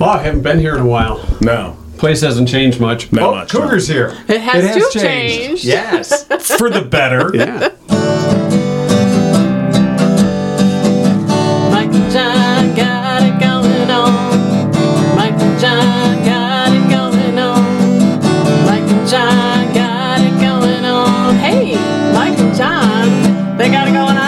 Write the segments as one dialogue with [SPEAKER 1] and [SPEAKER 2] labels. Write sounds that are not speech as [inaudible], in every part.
[SPEAKER 1] Wow, I haven't been here in a while.
[SPEAKER 2] No,
[SPEAKER 1] Place hasn't changed much.
[SPEAKER 2] not
[SPEAKER 1] Oh,
[SPEAKER 2] much.
[SPEAKER 1] Cougar's here.
[SPEAKER 3] It has,
[SPEAKER 1] It has
[SPEAKER 3] to
[SPEAKER 1] changed.
[SPEAKER 3] change.
[SPEAKER 1] Yes, [laughs] for the better.
[SPEAKER 2] Yeah.
[SPEAKER 3] Mike and John got it going on. Mike and John got it going on. Mike and John got it going on. Hey, Mike and John, they got it going on.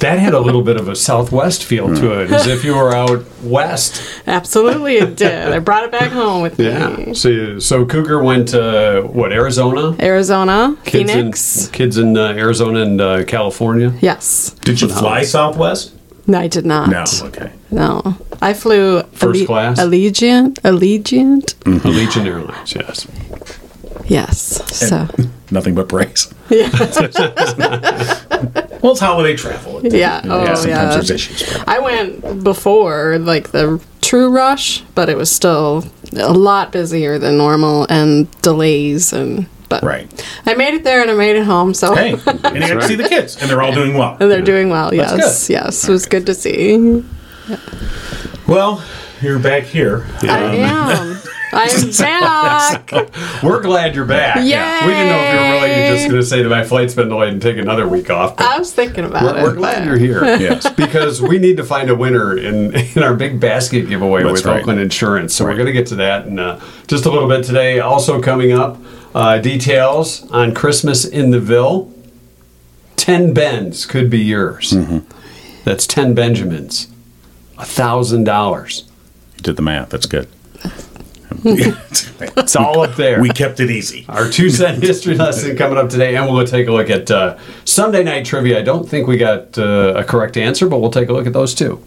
[SPEAKER 1] That had a little bit of a Southwest feel to it, as if you were out west.
[SPEAKER 3] Absolutely, it
[SPEAKER 1] [laughs]
[SPEAKER 3] did. I brought it back home with me.
[SPEAKER 1] So, so Cougar went to what Arizona?
[SPEAKER 3] Arizona,
[SPEAKER 1] Kids
[SPEAKER 3] Phoenix.
[SPEAKER 1] in kids in uh, Arizona and uh, California.
[SPEAKER 3] yes.
[SPEAKER 4] Did you fly Southwest?
[SPEAKER 3] No, I did not.
[SPEAKER 2] No.
[SPEAKER 4] Okay.
[SPEAKER 3] No. I flew
[SPEAKER 1] First class? Mm.
[SPEAKER 3] Allegiant. Allegiant.
[SPEAKER 1] Mm-hmm. Allegiant Airlines. Yes. [laughs]
[SPEAKER 3] Yes. So.
[SPEAKER 2] Nothing but praise.
[SPEAKER 4] [laughs] Well, it's holiday travel.
[SPEAKER 3] Yeah. Oh, yeah.
[SPEAKER 2] sometimes there's issues. but-
[SPEAKER 3] I went before like the true rush, but it was still a lot busier than normal and delays and but
[SPEAKER 2] Right.
[SPEAKER 3] I made it there and I made it home, so [laughs]
[SPEAKER 4] Hey, and you got to see the kids, and they're all doing well.
[SPEAKER 3] and they're doing well. Yes.
[SPEAKER 4] good.
[SPEAKER 3] Yes. It was good to see.
[SPEAKER 4] Well, you're back here.
[SPEAKER 3] I
[SPEAKER 1] Um, [laughs]
[SPEAKER 3] am. I'm back.
[SPEAKER 1] We're glad you're back.
[SPEAKER 3] Yay.
[SPEAKER 1] We didn't know if you were really just going to say that my flight's been delayed and take another week off. but
[SPEAKER 3] I was thinking about
[SPEAKER 1] we're,
[SPEAKER 3] it.
[SPEAKER 1] we're glad you're here.
[SPEAKER 2] Yes.
[SPEAKER 1] because we need to find a winner in, in our big basket giveaway
[SPEAKER 2] That's
[SPEAKER 1] with
[SPEAKER 2] right.
[SPEAKER 1] Oakland Insurance. So we're going to get to that in uh, just a little bit today. Also coming up, uh, details on Christmas in the Ville. Ten Bens could be yours.
[SPEAKER 2] Mm-hmm.
[SPEAKER 1] That's ten Benjamins. A thousand dollars.
[SPEAKER 2] You did the math. That's
[SPEAKER 3] [laughs]
[SPEAKER 2] good.
[SPEAKER 1] It's all up there.
[SPEAKER 4] [laughs] We kept it easy.
[SPEAKER 1] Our two cent [laughs] history lesson coming up today, and we'll take a look at uh, Sunday night trivia. I don't think we got uh, a correct answer, but we'll take a look at those too.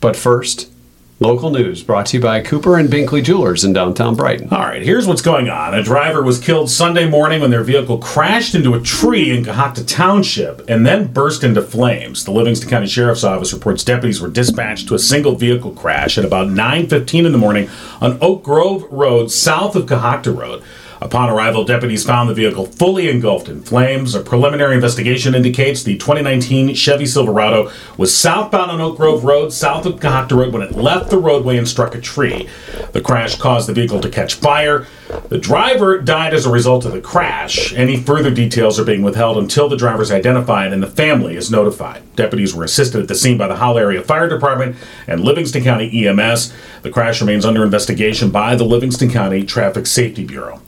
[SPEAKER 1] But first, local news brought to you by Cooper and Binkley Jewelers in downtown Brighton.
[SPEAKER 4] All right, here's what's going on. A driver was killed Sunday morning when their vehicle crashed into a tree in Cahocta Township and then burst into flames. The Livingston County Sheriff's Office reports deputies were dispatched to a single vehicle crash at about 9:15 in the morning on Oak Grove Road south of Cahocta Road. Upon arrival, deputies found the vehicle fully engulfed in flames. A preliminary investigation indicates the 2019 Chevy Silverado was southbound on Oak Grove Road, south of Cahocta Road, when it left the roadway and struck a tree. The crash caused the vehicle to catch fire. The driver died as a result of the crash. Any further details are being withheld until the driver is identified and the family is notified. Deputies were assisted at the scene by the Howell Area Fire Department and Livingston County EMS. The crash remains under investigation by the Livingston County Traffic Safety Bureau.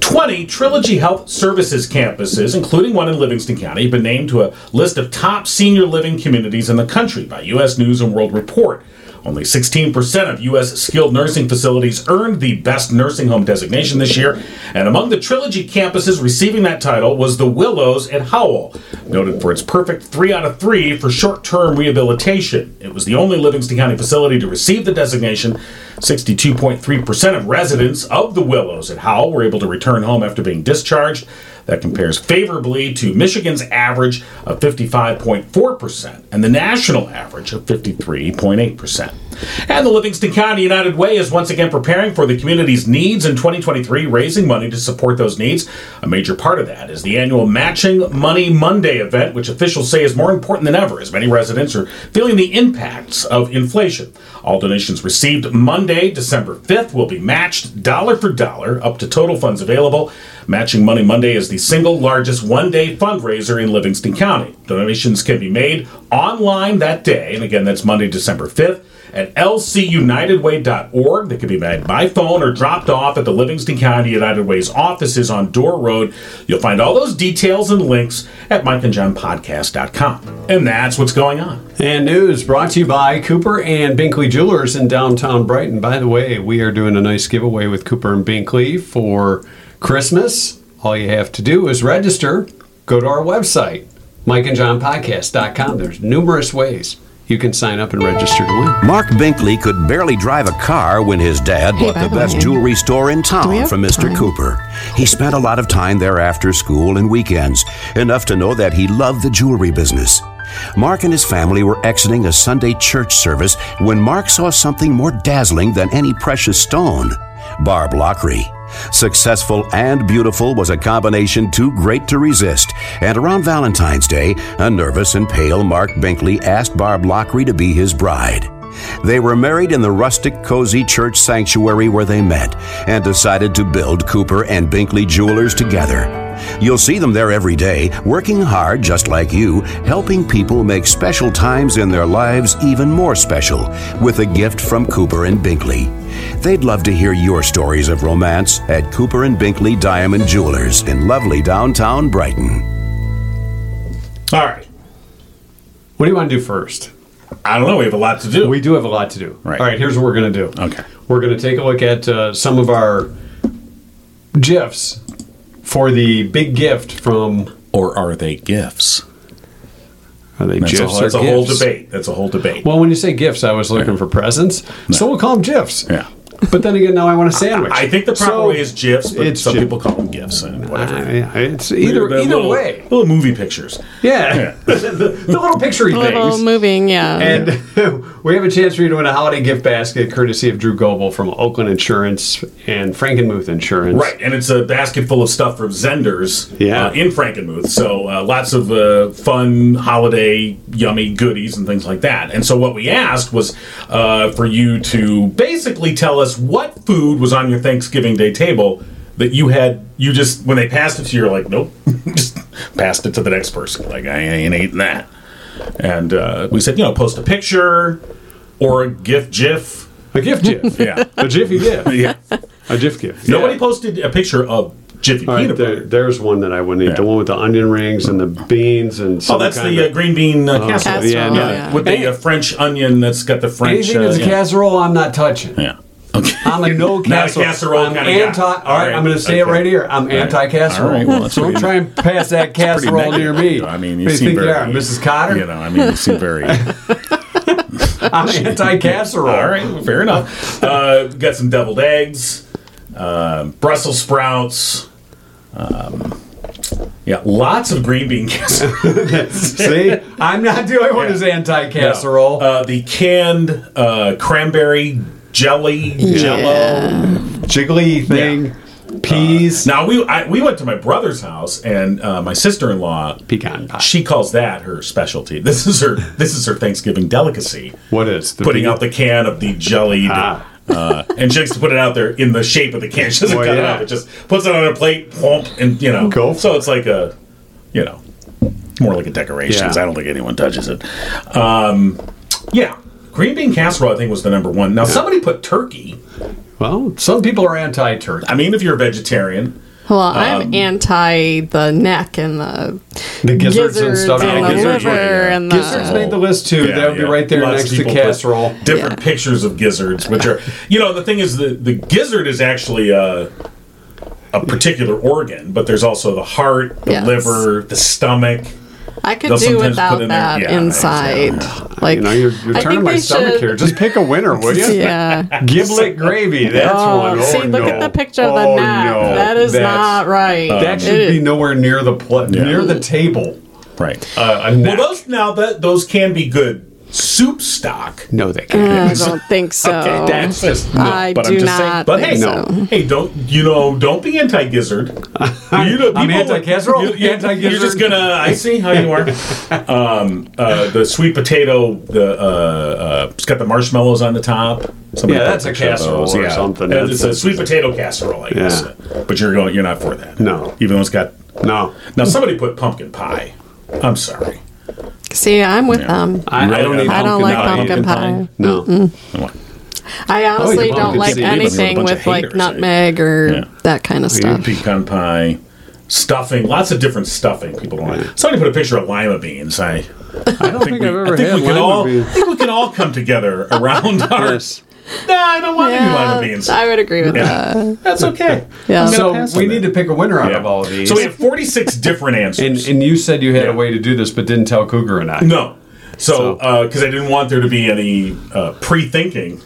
[SPEAKER 4] 20 Trilogy Health Services campuses, including one in Livingston County, have been named to a list of top senior living communities in the country by U.S. News and World Report. Only 16% of U.S. skilled nursing facilities earned the Best Nursing Home designation this year, and among the Trilogy campuses receiving that title was the Willows at Howell, noted for its perfect 3 out of 3 for short term rehabilitation. It was the only Livingston County facility to receive the designation. 62.3% of residents of the Willows at Howell were able to return home after being discharged. That compares favorably to Michigan's average of 55.4% and the national average of 53.8%. And the Livingston County United Way is once again preparing for the community's needs in 2023, raising money to support those needs. A major part of that is the annual Matching Money Monday event, which officials say is more important than ever as many residents are feeling the impacts of inflation. All donations received Monday, December 5th, will be matched dollar for dollar up to total funds available. Matching Money Monday is the single largest one day fundraiser in Livingston County. Donations can be made online that day, and again, that's Monday, December 5th. At lcunitedway.org. They can be made by phone or dropped off at the Livingston County United Way's offices on Door Road. You'll find all those details and links at mikeandjohnpodcast.com. And that's what's going on.
[SPEAKER 1] And news brought to you by Cooper and Binkley Jewelers in downtown Brighton. By the way, we are doing a nice giveaway with Cooper and Binkley for Christmas. All you have to do is register, go to our website, mikeandjohnpodcast.com. There's numerous ways you can sign up and register to win.
[SPEAKER 5] Mark Binkley could barely drive a car when his dad
[SPEAKER 3] Hey,
[SPEAKER 5] bought
[SPEAKER 3] by
[SPEAKER 5] the
[SPEAKER 3] the
[SPEAKER 5] best
[SPEAKER 3] way,
[SPEAKER 5] jewelry store in
[SPEAKER 3] we
[SPEAKER 5] town
[SPEAKER 3] have
[SPEAKER 5] from Mr.
[SPEAKER 3] time?
[SPEAKER 5] Cooper. He spent a lot of time there after school and weekends, enough to know that he loved the jewelry business. Mark and his family were exiting a Sunday church service when Mark saw something more dazzling than any precious stone Barb Lockery. Successful and beautiful was a combination too great to resist, and around Valentine's Day, a nervous and pale Mark Binkley asked Barb Lockery to be his bride. They were married in the rustic, cozy church sanctuary where they met and decided to build Cooper and Binkley Jewelers together. You'll see them there every day, working hard just like you, helping people make special times in their lives even more special with a gift from Cooper and Binkley. They'd love to hear your stories of romance at Cooper and Binkley Diamond Jewelers in lovely downtown Brighton.
[SPEAKER 4] All right.
[SPEAKER 1] What do you want to do first?
[SPEAKER 4] I don't know. We have a lot to do.
[SPEAKER 1] We do have a lot to do.
[SPEAKER 2] Right.
[SPEAKER 1] All right, here's what we're going to do.
[SPEAKER 2] Okay.
[SPEAKER 1] We're going to take a look at uh, some of our GIFs for the big gift from.
[SPEAKER 2] Or are they gifts?
[SPEAKER 1] Are they
[SPEAKER 2] That's a
[SPEAKER 1] GIFs?
[SPEAKER 2] whole-
[SPEAKER 1] or
[SPEAKER 4] that's a whole
[SPEAKER 1] gifs?
[SPEAKER 4] debate. That's a whole debate.
[SPEAKER 1] Well, when you say gifts, I was looking for presents, so we'll call them GIFs.
[SPEAKER 2] Yeah.
[SPEAKER 1] But then again, now I want a sandwich.
[SPEAKER 4] I think the proper
[SPEAKER 1] So-
[SPEAKER 4] way is GIFs, but
[SPEAKER 1] it's
[SPEAKER 4] some
[SPEAKER 1] GIF.
[SPEAKER 4] people call them GIFs and whatever.
[SPEAKER 1] Uh, yeah, it's either
[SPEAKER 4] They're
[SPEAKER 1] either
[SPEAKER 4] little,
[SPEAKER 1] way.
[SPEAKER 4] Little movie pictures.
[SPEAKER 1] Yeah, [laughs] the, the little picturey
[SPEAKER 3] Little
[SPEAKER 1] things.
[SPEAKER 3] moving, yeah.
[SPEAKER 1] And [laughs] we have a chance for you to win a holiday gift basket courtesy of Drew Goble from Oakland Insurance and Frankenmuth Insurance.
[SPEAKER 4] Right, and it's a basket full of stuff from Zenders
[SPEAKER 1] Yeah.
[SPEAKER 4] uh, in Frankenmuth. So uh, lots of uh, fun holiday, yummy goodies and things like that. And so what we asked was uh, for you to basically tell us what food was on your Thanksgiving Day table that you had. You just when they passed it to you, you're like, nope, [laughs] just passed it to the next person. Like I ain't eating that. And uh, we said, you know, post a picture or a gift GIF.
[SPEAKER 1] A gift gift.
[SPEAKER 4] [laughs] Yeah.
[SPEAKER 1] A jiffy
[SPEAKER 4] [laughs]
[SPEAKER 1] gift.
[SPEAKER 4] yeah.
[SPEAKER 1] A jiff gift.
[SPEAKER 4] Nobody posted a picture of Jiffy
[SPEAKER 1] All
[SPEAKER 4] Peanut
[SPEAKER 1] right,
[SPEAKER 4] Butter.
[SPEAKER 1] there, there's one that I wouldn't eat. The one with the onion rings and the beans and some
[SPEAKER 4] Oh, that's
[SPEAKER 1] kind
[SPEAKER 4] the uh,
[SPEAKER 1] of,
[SPEAKER 4] green bean uh, casserole.
[SPEAKER 3] Casserole, yeah.
[SPEAKER 4] Yeah, with the uh, French onion that's got the French.
[SPEAKER 1] anything
[SPEAKER 4] uh,
[SPEAKER 1] that's
[SPEAKER 4] yeah.
[SPEAKER 1] casserole. I'm not touching.
[SPEAKER 2] Yeah. Okay.
[SPEAKER 1] I'm a no
[SPEAKER 4] Not a
[SPEAKER 1] casserole.
[SPEAKER 4] casserole
[SPEAKER 1] I'm
[SPEAKER 4] kinda guy.
[SPEAKER 1] anti. All
[SPEAKER 4] All
[SPEAKER 1] right,
[SPEAKER 4] right,
[SPEAKER 1] I'm going to say
[SPEAKER 4] okay.
[SPEAKER 1] it right here. I'm anti-casserole.
[SPEAKER 2] All right, well, that's
[SPEAKER 1] Don't
[SPEAKER 2] pretty-
[SPEAKER 1] try and pass that casserole near
[SPEAKER 2] negative.
[SPEAKER 1] me.
[SPEAKER 2] I mean, you
[SPEAKER 1] They
[SPEAKER 2] seem
[SPEAKER 1] think
[SPEAKER 2] very,
[SPEAKER 1] you are, Mrs. Cotter.
[SPEAKER 2] You know, I mean, you seem
[SPEAKER 1] [laughs]
[SPEAKER 2] very.
[SPEAKER 1] I'm anti-casserole.
[SPEAKER 4] All right, fair enough. Uh, we got some deviled eggs, uh, Brussels sprouts. Um, yeah, lots of green bean [laughs]
[SPEAKER 1] [laughs]
[SPEAKER 4] casserole.
[SPEAKER 1] See, I'm not the only one who's anti-casserole.
[SPEAKER 4] Uh, the canned uh, cranberry jelly jello.
[SPEAKER 1] Jiggly thing, peas,
[SPEAKER 4] Now we I, we went to my brother's house and uh, my sister in law.
[SPEAKER 1] pecan pie.
[SPEAKER 4] She calls that her specialty. This is her this is her Thanksgiving delicacy.
[SPEAKER 1] What is the
[SPEAKER 4] putting
[SPEAKER 1] pe-
[SPEAKER 4] out the can of the jellied.
[SPEAKER 1] Ah.
[SPEAKER 4] Uh, and she likes to put it out there in the shape of the can. [laughs] She doesn't
[SPEAKER 1] Well,
[SPEAKER 4] cut it
[SPEAKER 1] yeah.
[SPEAKER 4] up. It just puts it on a plate, plump, and you know.
[SPEAKER 1] Go.
[SPEAKER 4] So it's like a, you know, more like a decoration. 'cause
[SPEAKER 1] Yeah.
[SPEAKER 4] I don't think anyone touches it. Um, yeah, green bean casserole I think was the number one. Now somebody put turkey.
[SPEAKER 1] Well, some people are anti-turkey.
[SPEAKER 4] I mean, if you're a vegetarian,
[SPEAKER 3] well,
[SPEAKER 1] Um,
[SPEAKER 3] I'm anti the neck and the
[SPEAKER 1] The gizzards,
[SPEAKER 3] gizzards
[SPEAKER 1] and stuff.
[SPEAKER 3] and
[SPEAKER 1] like
[SPEAKER 3] the
[SPEAKER 1] that.
[SPEAKER 4] gizzards,
[SPEAKER 3] liver
[SPEAKER 4] yeah, yeah.
[SPEAKER 3] and
[SPEAKER 1] Gizzards
[SPEAKER 3] the.
[SPEAKER 1] made the list too.
[SPEAKER 4] Yeah,
[SPEAKER 1] that would
[SPEAKER 4] yeah.
[SPEAKER 1] be right there
[SPEAKER 4] Lots of
[SPEAKER 1] next to
[SPEAKER 4] people put
[SPEAKER 1] casserole.
[SPEAKER 4] Different
[SPEAKER 3] Yeah.
[SPEAKER 4] pictures of gizzards, which are you know the thing is the the gizzard is actually a a particular organ, but there's also the heart, the
[SPEAKER 3] Yes.
[SPEAKER 4] liver, the stomach.
[SPEAKER 3] I could
[SPEAKER 4] They'll
[SPEAKER 3] do
[SPEAKER 4] sometimes
[SPEAKER 3] without
[SPEAKER 4] put in there-
[SPEAKER 3] that
[SPEAKER 4] yeah,
[SPEAKER 3] inside. Like,
[SPEAKER 1] You know, you're, you're
[SPEAKER 3] I
[SPEAKER 1] turning
[SPEAKER 3] think
[SPEAKER 1] my
[SPEAKER 3] they
[SPEAKER 1] stomach
[SPEAKER 3] should.
[SPEAKER 1] here. Just pick a winner,
[SPEAKER 3] [laughs]
[SPEAKER 1] will you?
[SPEAKER 3] Yeah.
[SPEAKER 1] Giblet gravy. That's
[SPEAKER 3] Oh,
[SPEAKER 1] one. Oh,
[SPEAKER 3] see, look
[SPEAKER 1] no.
[SPEAKER 3] at the picture of
[SPEAKER 1] Oh,
[SPEAKER 3] the neck.
[SPEAKER 1] no.
[SPEAKER 3] That is
[SPEAKER 1] That's-
[SPEAKER 3] not right.
[SPEAKER 1] That should
[SPEAKER 3] It
[SPEAKER 1] be
[SPEAKER 3] is-
[SPEAKER 1] nowhere near the pl- near the table.
[SPEAKER 2] Right.
[SPEAKER 1] Uh, a
[SPEAKER 4] Well,
[SPEAKER 1] neck.
[SPEAKER 4] those now that those can be good soup stock.
[SPEAKER 1] no, they can't.
[SPEAKER 3] I don't think so.
[SPEAKER 1] That's just
[SPEAKER 3] Oh. I
[SPEAKER 2] but I'm
[SPEAKER 3] do
[SPEAKER 2] just saying-
[SPEAKER 3] not.
[SPEAKER 4] But
[SPEAKER 3] think
[SPEAKER 4] hey,
[SPEAKER 3] so.
[SPEAKER 4] hey, don't you know? Don't be anti-gizzard.
[SPEAKER 1] [laughs]
[SPEAKER 4] You know,
[SPEAKER 1] I'm
[SPEAKER 4] people-
[SPEAKER 1] anti-casserole,
[SPEAKER 4] You, you,
[SPEAKER 1] anti-gizzard.
[SPEAKER 4] You're just gonna. I [laughs] see how you
[SPEAKER 1] [laughs]
[SPEAKER 4] are. um, uh, the sweet potato. The uh, uh, it's got the marshmallows on the top. Somebody
[SPEAKER 1] Yeah,
[SPEAKER 4] put
[SPEAKER 1] that's a
[SPEAKER 4] picture of
[SPEAKER 1] casserole
[SPEAKER 4] those,
[SPEAKER 1] or something.
[SPEAKER 4] And
[SPEAKER 1] That's-
[SPEAKER 4] It's a sweet potato casserole, I guess. But you're going. You're not for that.
[SPEAKER 1] No.
[SPEAKER 4] Even though it's got.
[SPEAKER 1] No,
[SPEAKER 4] Now somebody put pumpkin pie. I'm sorry.
[SPEAKER 3] See, I'm with them.
[SPEAKER 1] I, I don't
[SPEAKER 4] Really?
[SPEAKER 1] eat
[SPEAKER 4] I
[SPEAKER 3] don't like
[SPEAKER 1] pumpkin
[SPEAKER 3] pumpkin
[SPEAKER 1] pie.
[SPEAKER 3] pie. Mm.
[SPEAKER 1] No.
[SPEAKER 3] I honestly
[SPEAKER 1] mom
[SPEAKER 3] don't
[SPEAKER 1] could
[SPEAKER 3] like
[SPEAKER 1] see you,
[SPEAKER 2] but you're a
[SPEAKER 3] anything
[SPEAKER 2] bunch of
[SPEAKER 3] with like
[SPEAKER 2] haters,
[SPEAKER 3] nutmeg or that kind of stuff.
[SPEAKER 4] Pecan pie. Stuffing, lots of different stuffing people don't like. Somebody put a picture of lima beans. I
[SPEAKER 1] I don't think, I've ever
[SPEAKER 4] I think
[SPEAKER 1] had
[SPEAKER 4] we can
[SPEAKER 1] lima
[SPEAKER 4] all
[SPEAKER 1] beans.
[SPEAKER 4] I think we can all
[SPEAKER 1] [laughs]
[SPEAKER 4] come together around our.
[SPEAKER 1] Yes.
[SPEAKER 4] Nah, I don't want any
[SPEAKER 3] Yeah,
[SPEAKER 4] lima beans.
[SPEAKER 3] I would agree with that.
[SPEAKER 4] That's okay.
[SPEAKER 3] Yeah.
[SPEAKER 1] So
[SPEAKER 4] pass on
[SPEAKER 1] we
[SPEAKER 4] that.
[SPEAKER 1] need to pick a winner out
[SPEAKER 4] Yeah.
[SPEAKER 1] of all of these.
[SPEAKER 4] So we have 46 different
[SPEAKER 1] and
[SPEAKER 4] answers.
[SPEAKER 1] and you said you had a way to do this, but didn't tell Cougar and I.
[SPEAKER 4] no. So, because I didn't want there to be any uh,
[SPEAKER 1] [laughs]
[SPEAKER 4] pre thinking,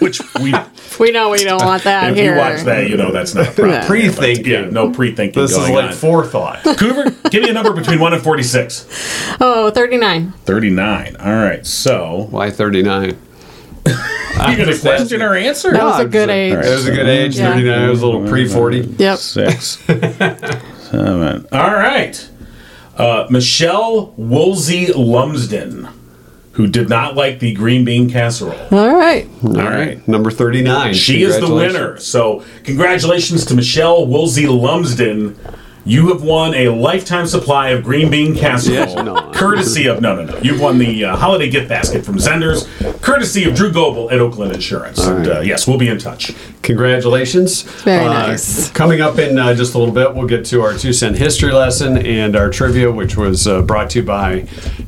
[SPEAKER 4] which we, if
[SPEAKER 3] We know we don't want that here.
[SPEAKER 4] you watch that, you know that's not
[SPEAKER 1] [laughs]
[SPEAKER 4] a problem.
[SPEAKER 3] Yeah.
[SPEAKER 1] Pre-thinking.
[SPEAKER 4] Yeah, no pre thinking.
[SPEAKER 1] This is
[SPEAKER 4] going
[SPEAKER 1] like
[SPEAKER 4] on.
[SPEAKER 1] forethought. [laughs]
[SPEAKER 4] Cooper, give me a number between 1 and 46.
[SPEAKER 3] Oh, 39.
[SPEAKER 4] 39. All right. So,
[SPEAKER 1] Why thirty nine?
[SPEAKER 4] You got a question or answer?
[SPEAKER 3] That was a
[SPEAKER 1] I'm
[SPEAKER 3] good
[SPEAKER 1] sorry.
[SPEAKER 3] age.
[SPEAKER 1] It was a good age,
[SPEAKER 3] Yeah.
[SPEAKER 1] 39. It was a little pre 40.
[SPEAKER 3] Yep.
[SPEAKER 2] Six. seven.
[SPEAKER 4] All right. Uh, Michelle Woolsey Lumsden, who did not like the green bean casserole.
[SPEAKER 3] All right.
[SPEAKER 1] All right. Number 39.
[SPEAKER 4] She is the
[SPEAKER 1] Congratulations.
[SPEAKER 4] winner. So, congratulations to Michelle Woolsey Lumsden. You have won a lifetime supply of green bean casserole,
[SPEAKER 1] no.
[SPEAKER 4] courtesy of no, no, no. You've won the uh, holiday gift basket from Zenders, courtesy of Drew Goble at Oakland Insurance. And, uh, yes, we'll be in touch.
[SPEAKER 1] Congratulations. Uh,
[SPEAKER 3] Very nice.
[SPEAKER 1] Coming up in uh, just a little bit, we'll get to our two cent history lesson and our trivia, which was uh, brought to you by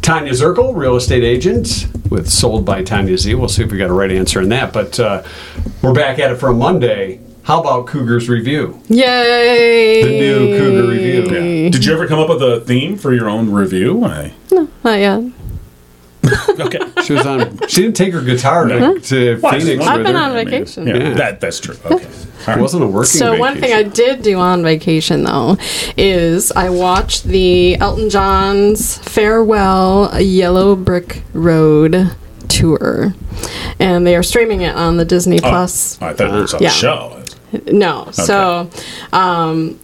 [SPEAKER 1] Tanya Zirkle, real estate agent with Sold by Tanya Z. We'll see if we got a right answer in that. But uh, we're back at it for a Monday. How about Cougars Review?
[SPEAKER 3] Yay.
[SPEAKER 1] The new Cougar Review.
[SPEAKER 4] Did you ever come up with a theme for your own
[SPEAKER 1] [laughs]
[SPEAKER 4] review? I,
[SPEAKER 3] Not yet.
[SPEAKER 4] okay.
[SPEAKER 1] She was on. She didn't take her guitar to, to
[SPEAKER 4] Well, I just
[SPEAKER 1] Phoenix.
[SPEAKER 4] wondered.
[SPEAKER 1] with
[SPEAKER 3] I've been
[SPEAKER 1] her.
[SPEAKER 3] on vacation.
[SPEAKER 4] Yeah,
[SPEAKER 1] Yeah.
[SPEAKER 4] That, that's true. Okay. All
[SPEAKER 1] It
[SPEAKER 4] right.
[SPEAKER 1] wasn't a working.
[SPEAKER 3] So one thing I
[SPEAKER 1] vacation.
[SPEAKER 3] did do on vacation though is I watched the Elton John's farewell Yellow Brick Road tour, and they are streaming it on the Disney
[SPEAKER 1] Oh,
[SPEAKER 3] Plus.
[SPEAKER 4] I thought it was on
[SPEAKER 3] Yeah.
[SPEAKER 4] the show.
[SPEAKER 3] No, so um,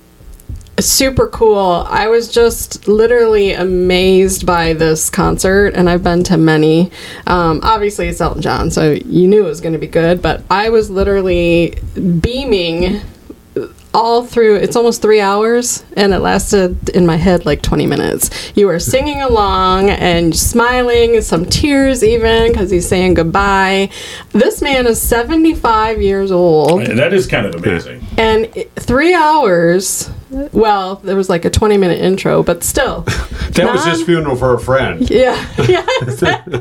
[SPEAKER 3] super cool. I was just literally amazed by this concert, and I've been to many. Um, obviously, it's Elton John, so you knew it was going to be good, but I was literally beaming all through it's almost three hours and it lasted in my head like 20 minutes you were singing along and smiling some tears even because he's saying goodbye this man is 75 years old
[SPEAKER 4] That is kind of amazing.
[SPEAKER 3] and it- three hours. Well, there was like a twenty-minute intro, but
[SPEAKER 1] [laughs]
[SPEAKER 3] still,
[SPEAKER 1] that was his funeral for a friend.
[SPEAKER 3] yeah, [laughs] yeah, exactly.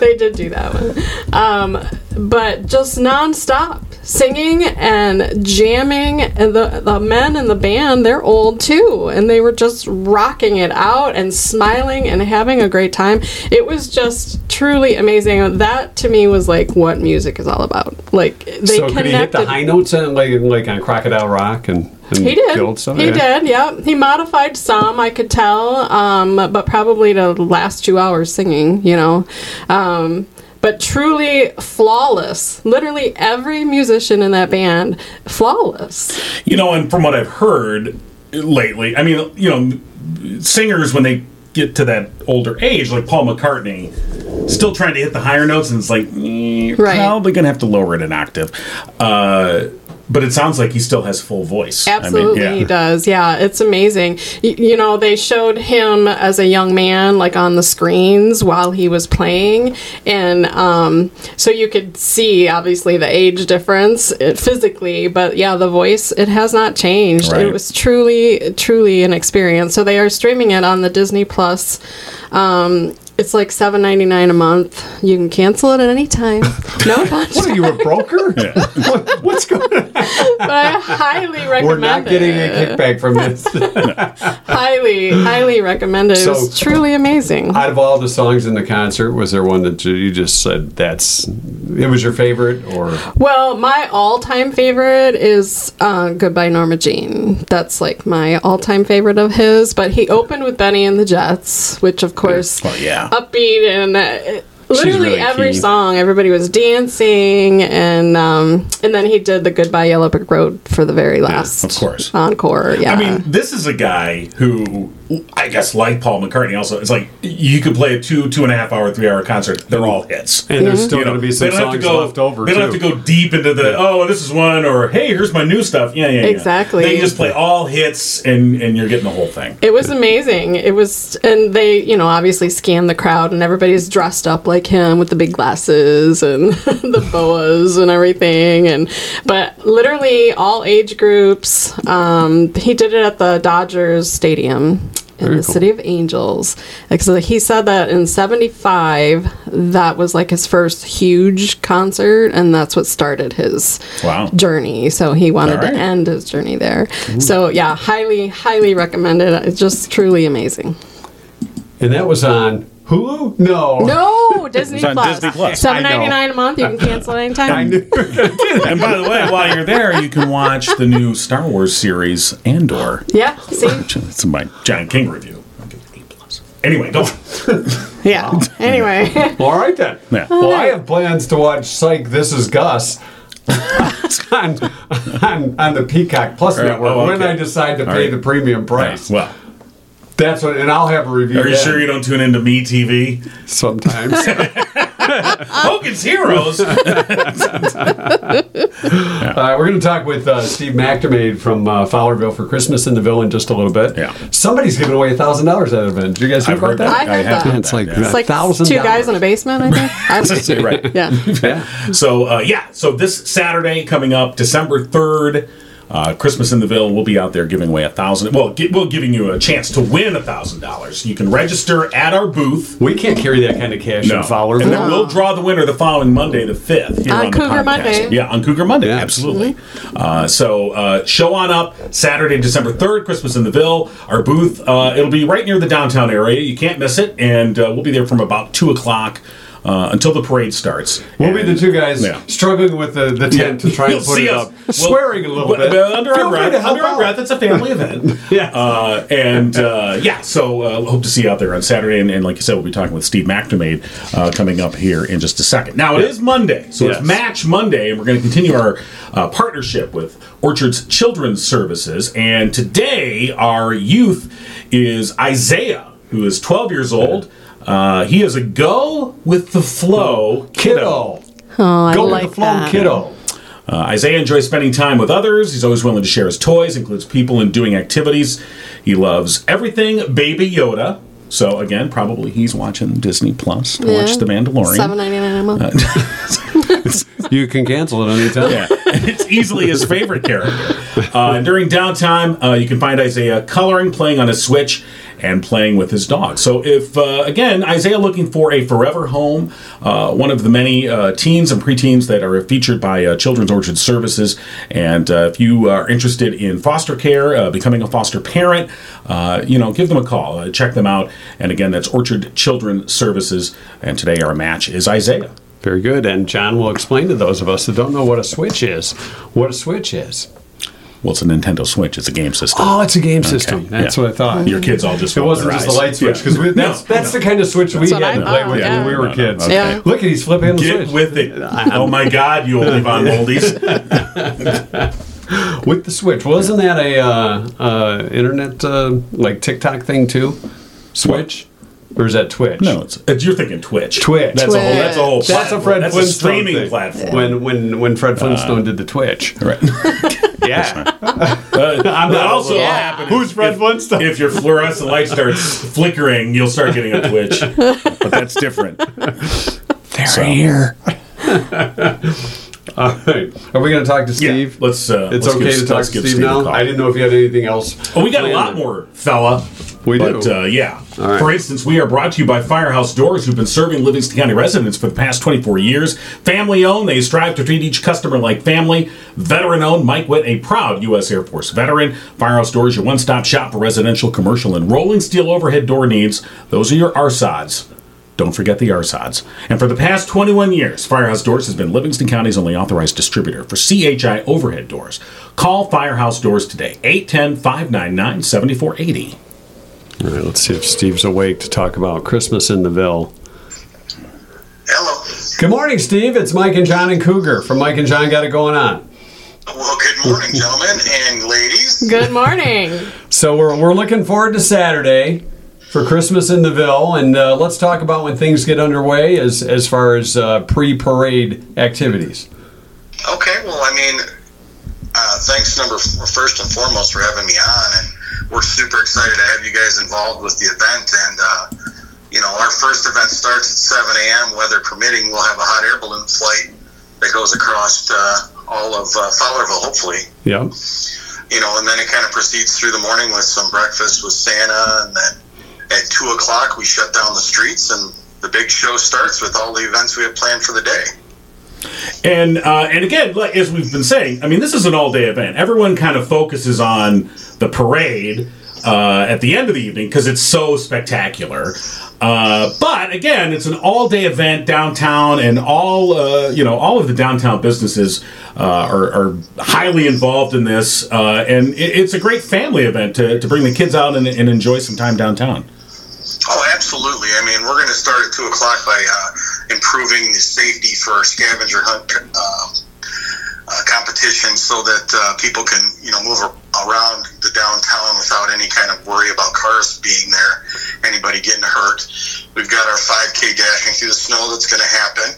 [SPEAKER 3] they did do that one, um, but just nonstop singing and jamming, and the the men in the band they're old too, and they were just rocking it out and smiling and having a great time. It was just truly amazing. That to me was like what music is all about. Like they
[SPEAKER 1] so
[SPEAKER 3] connected.
[SPEAKER 1] could he hit the high notes and like like on Crocodile Rock and, and
[SPEAKER 3] He did.
[SPEAKER 1] Guild stuff?
[SPEAKER 3] He
[SPEAKER 1] Yeah.
[SPEAKER 3] did. Yep. He modified some, I could tell, um, but probably the last two hours singing. You know, um, but truly flawless. Literally every musician in that band flawless.
[SPEAKER 4] You know, and from what I've heard lately, I mean, you know, singers when they get to that older age, like Paul McCartney, still trying to hit the higher notes, and it's like eh, you're
[SPEAKER 3] Right.
[SPEAKER 4] probably gonna have to lower it an octave. Uh, but it sounds like he still has full voice. I mean,
[SPEAKER 3] Absolutely,
[SPEAKER 4] yeah.
[SPEAKER 3] he does. Yeah, it's amazing. Y- you know, they showed him as a young man, like on the screens while he was playing, and um, so you could see obviously the age difference it, physically, but yeah, the voice it has not changed.
[SPEAKER 4] Right.
[SPEAKER 3] It was truly, truly an experience. So they are streaming it on the Disney Plus. Um, it's like seven ninety nine a month. You can cancel it at any time. [laughs] No
[SPEAKER 1] What
[SPEAKER 3] contract.
[SPEAKER 1] are you, a
[SPEAKER 4] [laughs]
[SPEAKER 1] broker? What- what's going on?
[SPEAKER 3] but I highly recommend
[SPEAKER 1] We're not
[SPEAKER 3] it.
[SPEAKER 1] getting a kickback from this.
[SPEAKER 3] highly, highly recommended. it was
[SPEAKER 1] So-
[SPEAKER 3] truly amazing.
[SPEAKER 1] Out of all the songs in the concert, was there one that you just said that's it was your favorite or
[SPEAKER 3] well, my all-time favorite is uh, "Goodbye Norma Jean." That's like my all-time favorite of his. But he opened with Benny and the Jets, which of course,
[SPEAKER 2] Well, yeah.
[SPEAKER 3] upbeat and. Uh, Literally
[SPEAKER 1] really
[SPEAKER 3] every
[SPEAKER 1] key.
[SPEAKER 3] song, everybody was dancing, and um, and then he did the "Goodbye Yellow Brick Road" for the very last,
[SPEAKER 2] of course.
[SPEAKER 3] encore. Yeah,
[SPEAKER 4] I mean, this is a guy who, I guess, like Paul McCartney, also, it's like you could play a two, two and a half hour, three hour concert. They're all hits.
[SPEAKER 1] and there's still
[SPEAKER 4] You know,
[SPEAKER 1] going to be some
[SPEAKER 4] they don't have
[SPEAKER 1] songs
[SPEAKER 4] to go,
[SPEAKER 1] left over
[SPEAKER 4] They don't
[SPEAKER 1] too.
[SPEAKER 4] have to go deep into the oh, this is one or hey, here's my new stuff. Yeah, yeah, yeah.
[SPEAKER 3] Exactly.
[SPEAKER 4] They just play all hits and and you're getting the whole thing.
[SPEAKER 3] It was amazing. It was, and they, you know, obviously scanned the crowd, and everybody's dressed up like him with the big glasses and [laughs] the boas and everything. And but literally all age groups. Um, he did it at the Dodgers Stadium in the City of Angels. Like, so he said that in '75, that was like his first huge concert, and that's what started his
[SPEAKER 4] Wow.
[SPEAKER 3] journey. So he wanted
[SPEAKER 4] All right.
[SPEAKER 3] to end his journey there. So yeah, highly, highly recommended. It's just truly amazing.
[SPEAKER 1] and that was on Hulu? No.
[SPEAKER 3] No, Disney
[SPEAKER 2] It's on
[SPEAKER 3] Plus.
[SPEAKER 2] Disney Plus.
[SPEAKER 3] Seven ninety nine a month. You can cancel anytime.
[SPEAKER 1] knew-
[SPEAKER 4] and by the way, while you're there, you can watch the new Star Wars series Andor.
[SPEAKER 3] yeah. See.
[SPEAKER 2] It's my
[SPEAKER 4] John King review. I'll give it an A plus. Anyway, go on.
[SPEAKER 3] Yeah. Anyway,
[SPEAKER 1] All right then.
[SPEAKER 2] Yeah.
[SPEAKER 1] Well, I have plans to watch Psych. This is Gus. [laughs] on, on, on the Peacock Plus
[SPEAKER 4] right.
[SPEAKER 1] network
[SPEAKER 4] Oh,
[SPEAKER 1] when
[SPEAKER 4] okay.
[SPEAKER 1] I decide to pay
[SPEAKER 2] right.
[SPEAKER 1] the premium price.
[SPEAKER 4] Well,
[SPEAKER 1] That's what, and I'll have a review.
[SPEAKER 4] are you
[SPEAKER 1] then.
[SPEAKER 4] sure you don't tune into Me TV? [laughs]
[SPEAKER 1] sometimes?
[SPEAKER 4] Hogan's [laughs] Heroes.
[SPEAKER 1] Uh, we're going to talk with uh, Steve McDermott from uh, Fowlerville for Christmas in the Ville in just a little bit.
[SPEAKER 2] Yeah.
[SPEAKER 1] somebody's giving away thousand dollars at an event. Did you guys hear
[SPEAKER 2] I've
[SPEAKER 1] about
[SPEAKER 2] heard
[SPEAKER 1] that?
[SPEAKER 2] that.
[SPEAKER 3] I heard
[SPEAKER 2] have
[SPEAKER 3] that.
[SPEAKER 2] heard
[SPEAKER 1] It's like [laughs]
[SPEAKER 2] yeah.
[SPEAKER 3] it's like
[SPEAKER 1] $1,000.
[SPEAKER 3] two guys in a basement. I think. I-
[SPEAKER 2] right.
[SPEAKER 3] yeah.
[SPEAKER 1] Yeah.
[SPEAKER 4] So uh, yeah, so this Saturday coming up, December third, uh, Christmas in the Ville. We'll be out there giving away a thousand. Well, gi- we'll giving you a chance to win a thousand dollars. You can register at our booth.
[SPEAKER 1] We can't carry that kind of cash in Fowlerville.
[SPEAKER 4] And then we'll draw the winner the following Monday, the fifth.
[SPEAKER 3] On Cougar Monday. Mm-hmm.
[SPEAKER 4] Yeah, on Cougar Monday.
[SPEAKER 1] Yeah.
[SPEAKER 4] Absolutely. Uh, so uh, show on up Saturday, December third, Christmas in the Ville. Our booth. Uh, it'll be right near the downtown area. You can't miss it, and uh, we'll be there from about two o'clock. Uh, until the parade starts.
[SPEAKER 1] We'll be the two guys
[SPEAKER 4] Yeah.
[SPEAKER 1] struggling with the, the tent to try
[SPEAKER 4] [laughs] You'll
[SPEAKER 1] and put
[SPEAKER 4] see
[SPEAKER 1] it
[SPEAKER 4] us.
[SPEAKER 1] up,
[SPEAKER 4] Well,
[SPEAKER 1] swearing a little
[SPEAKER 4] but-
[SPEAKER 1] bit.
[SPEAKER 4] but under
[SPEAKER 1] Feel
[SPEAKER 4] our
[SPEAKER 1] free
[SPEAKER 4] breath,
[SPEAKER 1] to help
[SPEAKER 4] under our
[SPEAKER 1] out.
[SPEAKER 4] breath, it's a family event.
[SPEAKER 1] [laughs] Yeah.
[SPEAKER 4] uh, and uh, yeah, so uh, hope to see you out there on Saturday. And, and like you said, we'll be talking with Steve McNamee uh, coming up here in just a second. Now it is Monday, so
[SPEAKER 1] Yes.
[SPEAKER 4] it's Match Monday, and we're going to continue our uh, partnership with Orchard's Children's Services. And today, our youth is Isaiah, who is 12 years old. Uh, he is a go with the flow
[SPEAKER 1] kiddo.
[SPEAKER 3] Oh, I
[SPEAKER 1] Go
[SPEAKER 3] like
[SPEAKER 1] with the flow,
[SPEAKER 3] that.
[SPEAKER 1] kiddo.
[SPEAKER 4] uh, Isaiah enjoys spending time with others. He's always willing to share his toys, includes people and doing activities. He loves everything Baby Yoda. So again, probably he's watching Disney Plus to watch
[SPEAKER 3] Yeah.
[SPEAKER 4] The Mandalorian.
[SPEAKER 3] Seven ninety nine a month.
[SPEAKER 1] You can cancel it anytime.
[SPEAKER 4] Yeah, it's easily his favorite character. Uh, during downtime, uh, you can find Isaiah coloring, playing on his Switch, and playing with his dog. So, if uh, again, Isaiah looking for a forever home, uh, one of the many uh, teens and preteens that are featured by uh, Children's Orchard Services. And uh, if you are interested in foster care, uh, becoming a foster parent, uh, you know, give them a call, uh, check them out. And again, that's Orchard Children's Services. And today, our match is Isaiah.
[SPEAKER 1] Very good. And John will explain to those of us that don't know what a switch is what a switch is.
[SPEAKER 4] Well, it's a Nintendo Switch. It's a game system.
[SPEAKER 1] Oh, it's a game system. That's
[SPEAKER 4] yeah.
[SPEAKER 1] what I thought.
[SPEAKER 4] Your kids all just
[SPEAKER 1] It
[SPEAKER 4] roll
[SPEAKER 1] wasn't
[SPEAKER 4] their
[SPEAKER 1] just the
[SPEAKER 4] eyes.
[SPEAKER 1] light switch
[SPEAKER 4] Yeah.
[SPEAKER 1] because that's
[SPEAKER 4] No,
[SPEAKER 1] that's the kind of switch we had
[SPEAKER 3] what I
[SPEAKER 1] to play
[SPEAKER 3] thought,
[SPEAKER 1] with
[SPEAKER 3] yeah.
[SPEAKER 1] when we were
[SPEAKER 4] No, no,
[SPEAKER 1] kids.
[SPEAKER 4] okay.
[SPEAKER 3] Yeah.
[SPEAKER 1] Look at he's flipping the
[SPEAKER 4] Get
[SPEAKER 1] switch
[SPEAKER 4] with it. Oh my God, you
[SPEAKER 1] [laughs]
[SPEAKER 4] old Von Moldies.
[SPEAKER 1] with the switch. Wasn't that a uh, uh, internet uh, like TikTok thing too? Switch or is that Twitch?
[SPEAKER 4] No, it's, it's Uh, you're thinking Twitch.
[SPEAKER 1] Twitch.
[SPEAKER 4] That's a whole. That's a whole.
[SPEAKER 1] That's a
[SPEAKER 4] platform.
[SPEAKER 1] Fred
[SPEAKER 4] That's a
[SPEAKER 1] Flintstone
[SPEAKER 4] streaming
[SPEAKER 1] thing.
[SPEAKER 4] platform.
[SPEAKER 1] When when when Fred Flintstone did the [laughs] Twitch.
[SPEAKER 4] [laughs]
[SPEAKER 2] Right.
[SPEAKER 1] Yeah.
[SPEAKER 4] Uh, that also
[SPEAKER 3] Yeah.
[SPEAKER 4] happens.
[SPEAKER 1] Who's Fred
[SPEAKER 4] if,
[SPEAKER 1] Flintstone?
[SPEAKER 4] If your fluorescent
[SPEAKER 1] [laughs]
[SPEAKER 4] light starts flickering, you'll start getting a Twitch. But that's different.
[SPEAKER 2] They're here.
[SPEAKER 1] All right. Are we going to talk to
[SPEAKER 4] Yeah,
[SPEAKER 1] Steve?
[SPEAKER 4] Let's. Uh,
[SPEAKER 1] It's
[SPEAKER 4] let's
[SPEAKER 1] okay
[SPEAKER 4] give-
[SPEAKER 1] to talk to
[SPEAKER 4] let's give
[SPEAKER 1] Steve, now.
[SPEAKER 4] a call.
[SPEAKER 1] I didn't know if you had anything else.
[SPEAKER 4] Oh, we got a lot
[SPEAKER 1] planned.
[SPEAKER 4] more, fella.
[SPEAKER 1] We
[SPEAKER 4] but,
[SPEAKER 1] do.
[SPEAKER 4] uh, yeah.
[SPEAKER 1] right.
[SPEAKER 4] For instance, we are brought to you by Firehouse Doors, who've been serving Livingston County residents for the past 24 years. Family owned, they strive to treat each customer like family. Veteran owned, Mike Witt, a proud U.S. Air Force veteran. Firehouse Doors, your one stop shop for residential, commercial, and rolling steel overhead door needs. Those are your RSODs. Don't forget the RSODs. And for the past 21 years, Firehouse Doors has been Livingston County's only authorized distributor for CHI overhead doors. Call Firehouse Doors today, 810 599 7480.
[SPEAKER 1] All right, let's see if Steve's awake to talk about Christmas in the Ville.
[SPEAKER 6] Hello.
[SPEAKER 1] Good morning, Steve. It's Mike and John and Cougar from Mike and John Got It Going On.
[SPEAKER 6] Well, good morning, gentlemen and ladies.
[SPEAKER 3] Good morning.
[SPEAKER 1] So we're, we're looking forward to Saturday for Christmas in the Ville, and uh, let's talk about when things get underway as, as far as uh, pre parade activities.
[SPEAKER 6] Okay, well, I mean, uh, thanks, number f- first and foremost, for having me on, and we're super excited to have you guys involved with the event. And uh, you know, our first event starts at 7 a.m. Weather permitting, we'll have a hot air balloon flight that goes across uh, all of uh, Fowlerville, hopefully.
[SPEAKER 1] Yep.
[SPEAKER 6] you know, and then it kind of proceeds through the morning with some breakfast with Santa, and then at two o'clock we shut down the streets, and the big show starts with all the events we have planned for the day.
[SPEAKER 4] And uh, and again, like, as we've been saying, I mean, this is an all day event. Everyone kind of focuses on the parade uh, at the end of the evening because it's so spectacular. Uh, but again, it's an all day event downtown, and all uh, you know, all of the downtown businesses uh, are, are highly involved in this. Uh, and it, it's a great family event to, to bring the kids out and, and enjoy some time downtown.
[SPEAKER 6] Oh, absolutely. I mean, we're going to start at two o'clock by uh, improving the safety for our scavenger hunt uh, uh, competition, so that uh, people can you know move ar- around the downtown without any kind of worry about cars being there, anybody getting hurt. We've got our 5K dashing through the snow that's going to happen,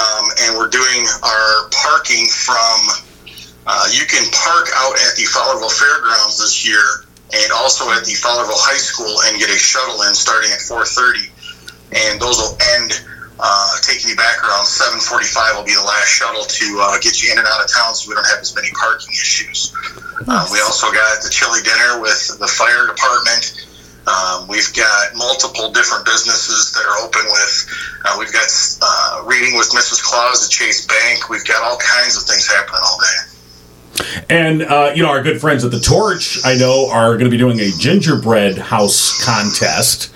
[SPEAKER 6] um, and we're doing our parking from. Uh, you can park out at the Fowlerville Fairgrounds this year and also at the Fowlerville High School and get a shuttle in starting at 4.30. And those will end, uh, taking you back around 7.45 will be the last shuttle to uh, get you in and out of town so we don't have as many parking issues. Uh, we also got the chili dinner with the fire department. Um, we've got multiple different businesses that are open with. Uh, we've got uh, reading with Mrs. Claus at Chase Bank. We've got all kinds of things happening all day.
[SPEAKER 4] And uh, you know, our good friends at the Torch, I know, are going to be doing a gingerbread house contest.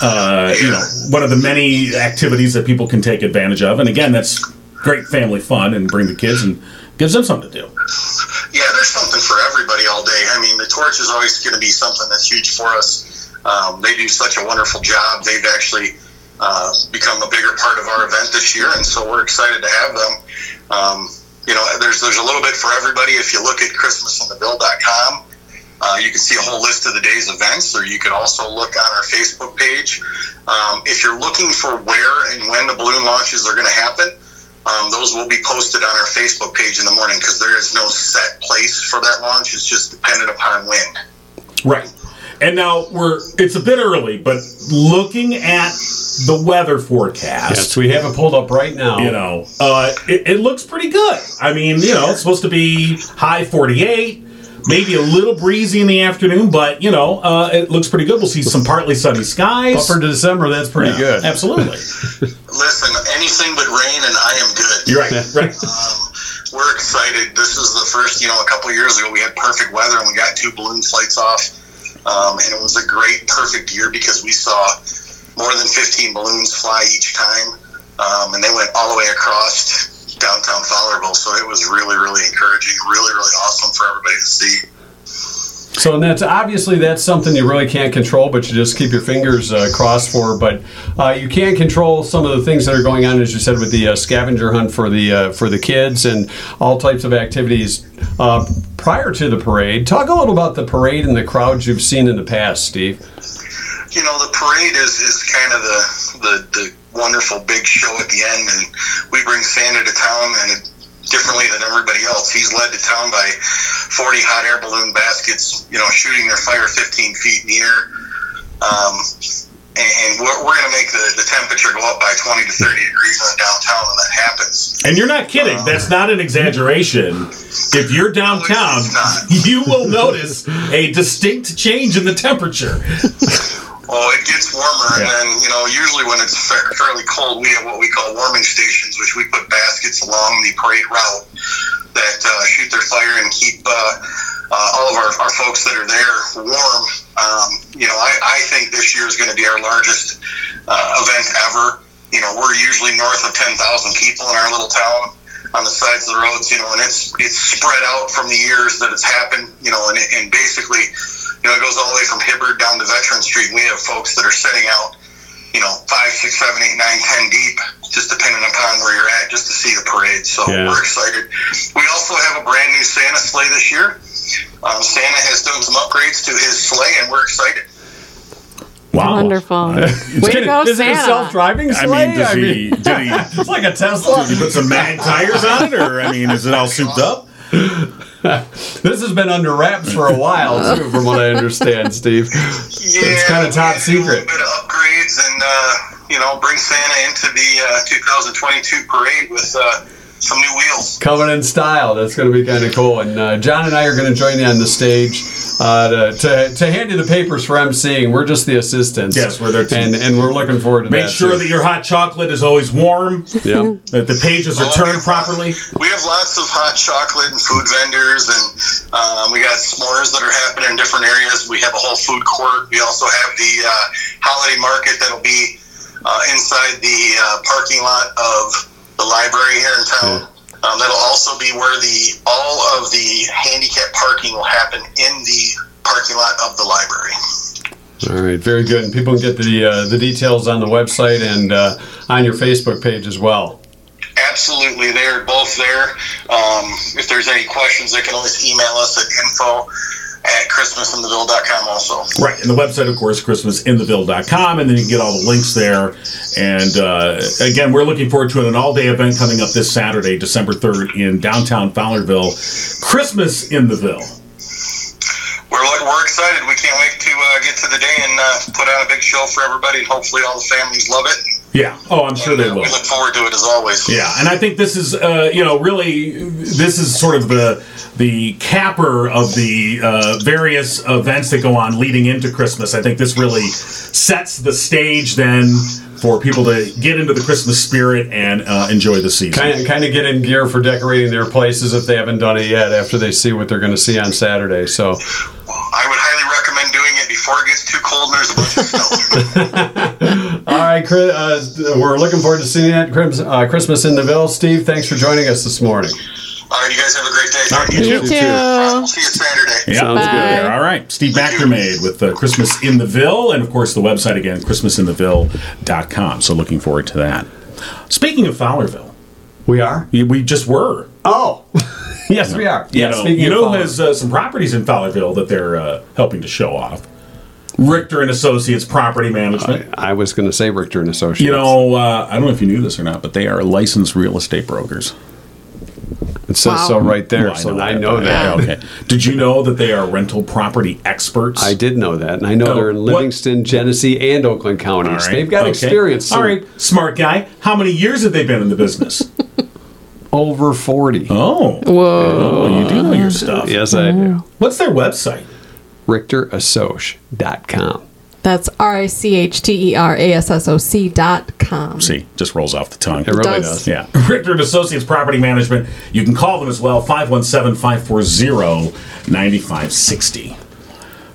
[SPEAKER 4] Uh, you know, one of the many activities that people can take advantage of. And again, that's great family fun and bring the kids and gives them something to do.
[SPEAKER 6] yeah, there's something for everybody all day. I mean, the torch is always going to be something that's huge for us. Um, they do such a wonderful job. They've actually uh, become a bigger part of our event this year, and so we're excited to have them. Um, you know, there's there's a little bit for everybody. If you look at ChristmasOnTheBill.com, uh, you can see a whole list of the day's events, or you can also look on our Facebook page. Um, if you're looking for where and when the balloon launches are going to happen, um, those will be posted on our Facebook page in the morning because there is no set place for that launch. It's just dependent upon wind.
[SPEAKER 4] Right. And now we're it's a bit early, but looking at the weather forecast,
[SPEAKER 1] Yes, we have it pulled up right now.
[SPEAKER 7] Oh.
[SPEAKER 4] you know, uh, it, it looks pretty good. I mean, you know, it's supposed to be high 48, maybe a little breezy in the afternoon, but you know, uh, it looks pretty good. We'll see some partly sunny skies.
[SPEAKER 1] But for December, that's pretty
[SPEAKER 4] Yeah,
[SPEAKER 7] [laughs]
[SPEAKER 1] good.
[SPEAKER 4] Absolutely.
[SPEAKER 6] Listen, anything but rain, and I am good.
[SPEAKER 4] You're right. Right.
[SPEAKER 6] We're excited. This is the first, you know, a couple years ago we had perfect weather and we got two balloon flights off, um, and it was a great, perfect year because we saw more than 15 balloons fly each time, um, and they went all the way across downtown Fowlerville. So it was really, really encouraging, really, really awesome for everybody to see.
[SPEAKER 1] So and that's obviously that's something you really can't control, but you just keep your fingers uh, crossed for. But uh, you can control some of the things that are going on, as you said, with the uh, scavenger hunt for the uh, for the kids and all types of activities uh, prior to the parade. Talk a little about the parade and the crowds you've seen in the past, Steve.
[SPEAKER 6] you know the parade is is kind of the the, the wonderful big show at the end and we bring santa to town and it, differently than everybody else he's led to town by 40 hot air balloon baskets you know shooting their fire 15 feet in the air um, and, and we're, we're going to make the, the temperature go up by 20 to 30 degrees in the downtown when that happens
[SPEAKER 4] And you're not
[SPEAKER 7] Uh.
[SPEAKER 4] kidding. That's not an exaggeration. If you're downtown, you will notice a distinct change in the temperature.
[SPEAKER 6] oh it gets warmer and then you know usually when it's fa- fairly cold we have what we call warming stations which we put baskets along the parade route that uh, shoot their fire and keep uh, uh, all of our, our folks that are there warm. Um, you know, I, I think this year is going to be our largest uh, event ever. You know, we're usually north of 10,000 people in our little town on the sides of the roads, you know, and it's it's spread out from the years that it's happened, you know, and, and basically, you know, it goes all the way from Hibbard down to Veteran Street. We have folks that are setting out, you know, five, six, seven, eight, nine, ten deep, just depending upon where you're at, just to see the parade. So
[SPEAKER 1] Yeah.
[SPEAKER 6] we're excited. We also have a brand new Santa sleigh this year. Um, Santa has done some upgrades to his sleigh, and we're excited.
[SPEAKER 4] Wow.
[SPEAKER 3] Wonderful. Way to go,
[SPEAKER 1] Is it a
[SPEAKER 3] Santa.
[SPEAKER 1] self-driving
[SPEAKER 7] I
[SPEAKER 1] sleigh?
[SPEAKER 7] mean, does he, did
[SPEAKER 4] [laughs]
[SPEAKER 7] he, did
[SPEAKER 1] it's like a Tesla.
[SPEAKER 7] he put some mag tires on it, or I mean, is it all souped up?
[SPEAKER 1] This has been under wraps for a while, too, from what I understand, Steve.
[SPEAKER 6] Yeah,
[SPEAKER 1] kinda
[SPEAKER 6] we
[SPEAKER 1] top
[SPEAKER 6] had to do
[SPEAKER 1] secret.
[SPEAKER 6] A little bit of upgrades, and uh, you know, bring Santa into the uh, 2022 parade with uh, some new wheels.
[SPEAKER 1] coming in style. That's going to be kind of cool. And uh, John and I are going to join you on the stage uh, to, to, to hand you the papers for emceeing. We're just the assistants.
[SPEAKER 4] Yes, we're there too.
[SPEAKER 1] And, and we're looking forward to that.
[SPEAKER 4] Make sure that your hot chocolate is always warm,
[SPEAKER 1] yeah.
[SPEAKER 4] that the pages are turned properly.
[SPEAKER 6] We have lots of hot chocolate and food vendors, and um, we got s'mores that are happening in different areas. We have a whole food court. We also have the uh, holiday market that'll be uh, inside the uh, parking lot of the library here in town. Um, that'll also be where the all of the handicap parking will happen in the parking lot of the library.
[SPEAKER 1] All right, very good. And people can get the uh, the details on the website and uh, on your Facebook page as well.
[SPEAKER 6] Absolutely, they're both there. Um, if there's any questions, they can always email us at info at christmasintheville.com also.
[SPEAKER 4] Right, and the website, of course, christmasintheville.com, and then you can get all the links there. And uh, again, we're looking forward to an all-day event coming up this Saturday, December 3rd, in downtown Fowlerville. Christmas in the Ville.
[SPEAKER 6] We're, look- we're excited. We can't wait to uh, get to the day and uh, put on a big show for everybody, and hopefully all the families love it.
[SPEAKER 4] Yeah. Oh, I'm sure they will.
[SPEAKER 6] We look forward to it as always.
[SPEAKER 4] Yeah, and I think this is, uh, you know, really, this is sort of the the capper of the uh, various events that go on leading into Christmas. I think this really sets the stage then for people to get into the Christmas spirit and uh, enjoy the season.
[SPEAKER 1] Kind of, kind of get in gear for decorating their places if they haven't done it yet. After they see what they're going to see on Saturday, so
[SPEAKER 6] I would highly recommend doing it before it gets too cold and there's a bunch of snow.
[SPEAKER 1] all right, Chris, uh, we're looking forward to seeing that Chris- uh, Christmas in the Ville. Steve, thanks for joining us this morning.
[SPEAKER 6] All right, you guys have a great day. Thank you.
[SPEAKER 3] You
[SPEAKER 6] We'll
[SPEAKER 3] too.
[SPEAKER 6] see you Saturday.
[SPEAKER 4] Yeah,
[SPEAKER 1] Sounds
[SPEAKER 3] good. Bye.
[SPEAKER 4] All right. Steve Backermaid with uh, Christmas in the Ville, and of course the website again, christmasintheville.com. So looking forward to that. Speaking of Fowlerville,
[SPEAKER 1] We are.
[SPEAKER 4] we- we just were.
[SPEAKER 1] Oh, [laughs] yes, we are.
[SPEAKER 4] You
[SPEAKER 1] Yeah,
[SPEAKER 4] know,
[SPEAKER 1] speaking
[SPEAKER 4] you
[SPEAKER 1] of
[SPEAKER 4] know
[SPEAKER 1] fun.
[SPEAKER 4] has uh, some properties in Fowlerville that they're uh, helping to show off. Richter and Associates Property Management.
[SPEAKER 1] I was going to say Richter and Associates.
[SPEAKER 4] you know, uh, I don't know if you knew this or not, but they are licensed real estate brokers. Oh,
[SPEAKER 1] it says
[SPEAKER 3] Wow.
[SPEAKER 1] so right there.
[SPEAKER 4] Well,
[SPEAKER 1] so I know
[SPEAKER 4] but-
[SPEAKER 1] that.
[SPEAKER 4] Okay. Did you know that they are rental property experts?
[SPEAKER 1] I did know that, and I know
[SPEAKER 4] Oh,
[SPEAKER 1] they're in
[SPEAKER 4] what-
[SPEAKER 1] Livingston, Genesee, and Oakland counties.
[SPEAKER 4] All right.
[SPEAKER 1] They've got
[SPEAKER 4] Okay.
[SPEAKER 1] experience. so
[SPEAKER 4] All right, smart guy. How many years have they been in
[SPEAKER 1] [laughs]
[SPEAKER 4] the business?
[SPEAKER 1] over forty.
[SPEAKER 4] oh,
[SPEAKER 3] Whoa.
[SPEAKER 4] well, you do know your stuff.
[SPEAKER 1] Yes, I do.
[SPEAKER 4] What's their website?
[SPEAKER 3] Mm-hmm.
[SPEAKER 1] RichterAssoc.com.
[SPEAKER 3] That's R I C H T E R A S S O C dot com.
[SPEAKER 4] See, just rolls off the tongue.
[SPEAKER 1] It really
[SPEAKER 3] Does.
[SPEAKER 1] does.
[SPEAKER 4] Yeah. [laughs] Richter and Associates Property Management. You can call them as well, 517-540-9560.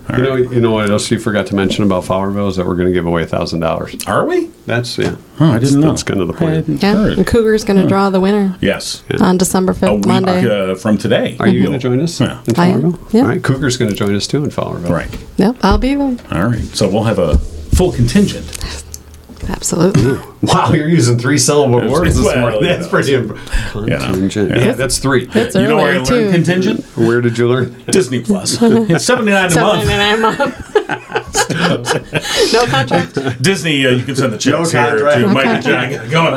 [SPEAKER 1] You know, you know what else you forgot to mention about Fowlerville is that we're going to give away thousand dollars.
[SPEAKER 4] Are we?
[SPEAKER 1] That's yeah.
[SPEAKER 4] Oh, I didn't know.
[SPEAKER 1] That's kind of the plan.
[SPEAKER 3] Yeah, and Cougar's going to draw the winner
[SPEAKER 4] Yes.
[SPEAKER 3] on December
[SPEAKER 4] A
[SPEAKER 3] 5th,
[SPEAKER 4] week
[SPEAKER 3] Monday.
[SPEAKER 4] uh, from today.
[SPEAKER 1] Are you going to join us
[SPEAKER 4] Yeah.
[SPEAKER 1] in
[SPEAKER 3] Mm-hmm. I am,
[SPEAKER 1] Fowlerville?
[SPEAKER 3] yeah.
[SPEAKER 1] All right, Cougar's going to join us too in Fowlerville.
[SPEAKER 4] Right.
[SPEAKER 3] Yep, I'll be there.
[SPEAKER 4] All right. So we'll have a full contingent.
[SPEAKER 3] Absolutely.
[SPEAKER 1] Wow, you're using three syllable words this
[SPEAKER 4] well,
[SPEAKER 1] morning.
[SPEAKER 4] yeah.
[SPEAKER 1] That's pretty imp- Contingent. Yeah, that's three.
[SPEAKER 3] That's
[SPEAKER 4] You know where I
[SPEAKER 3] earlier,
[SPEAKER 4] learned
[SPEAKER 3] too.
[SPEAKER 4] contingent?
[SPEAKER 1] Where did you learn?
[SPEAKER 4] Disney
[SPEAKER 3] [laughs]
[SPEAKER 4] Plus. it's seventy nine a
[SPEAKER 3] Seven
[SPEAKER 4] month.
[SPEAKER 3] and a month. no contract.
[SPEAKER 4] Disney, uh, you can send the checks here
[SPEAKER 1] contract.
[SPEAKER 4] to
[SPEAKER 1] No
[SPEAKER 4] Mike and Jack. Going on.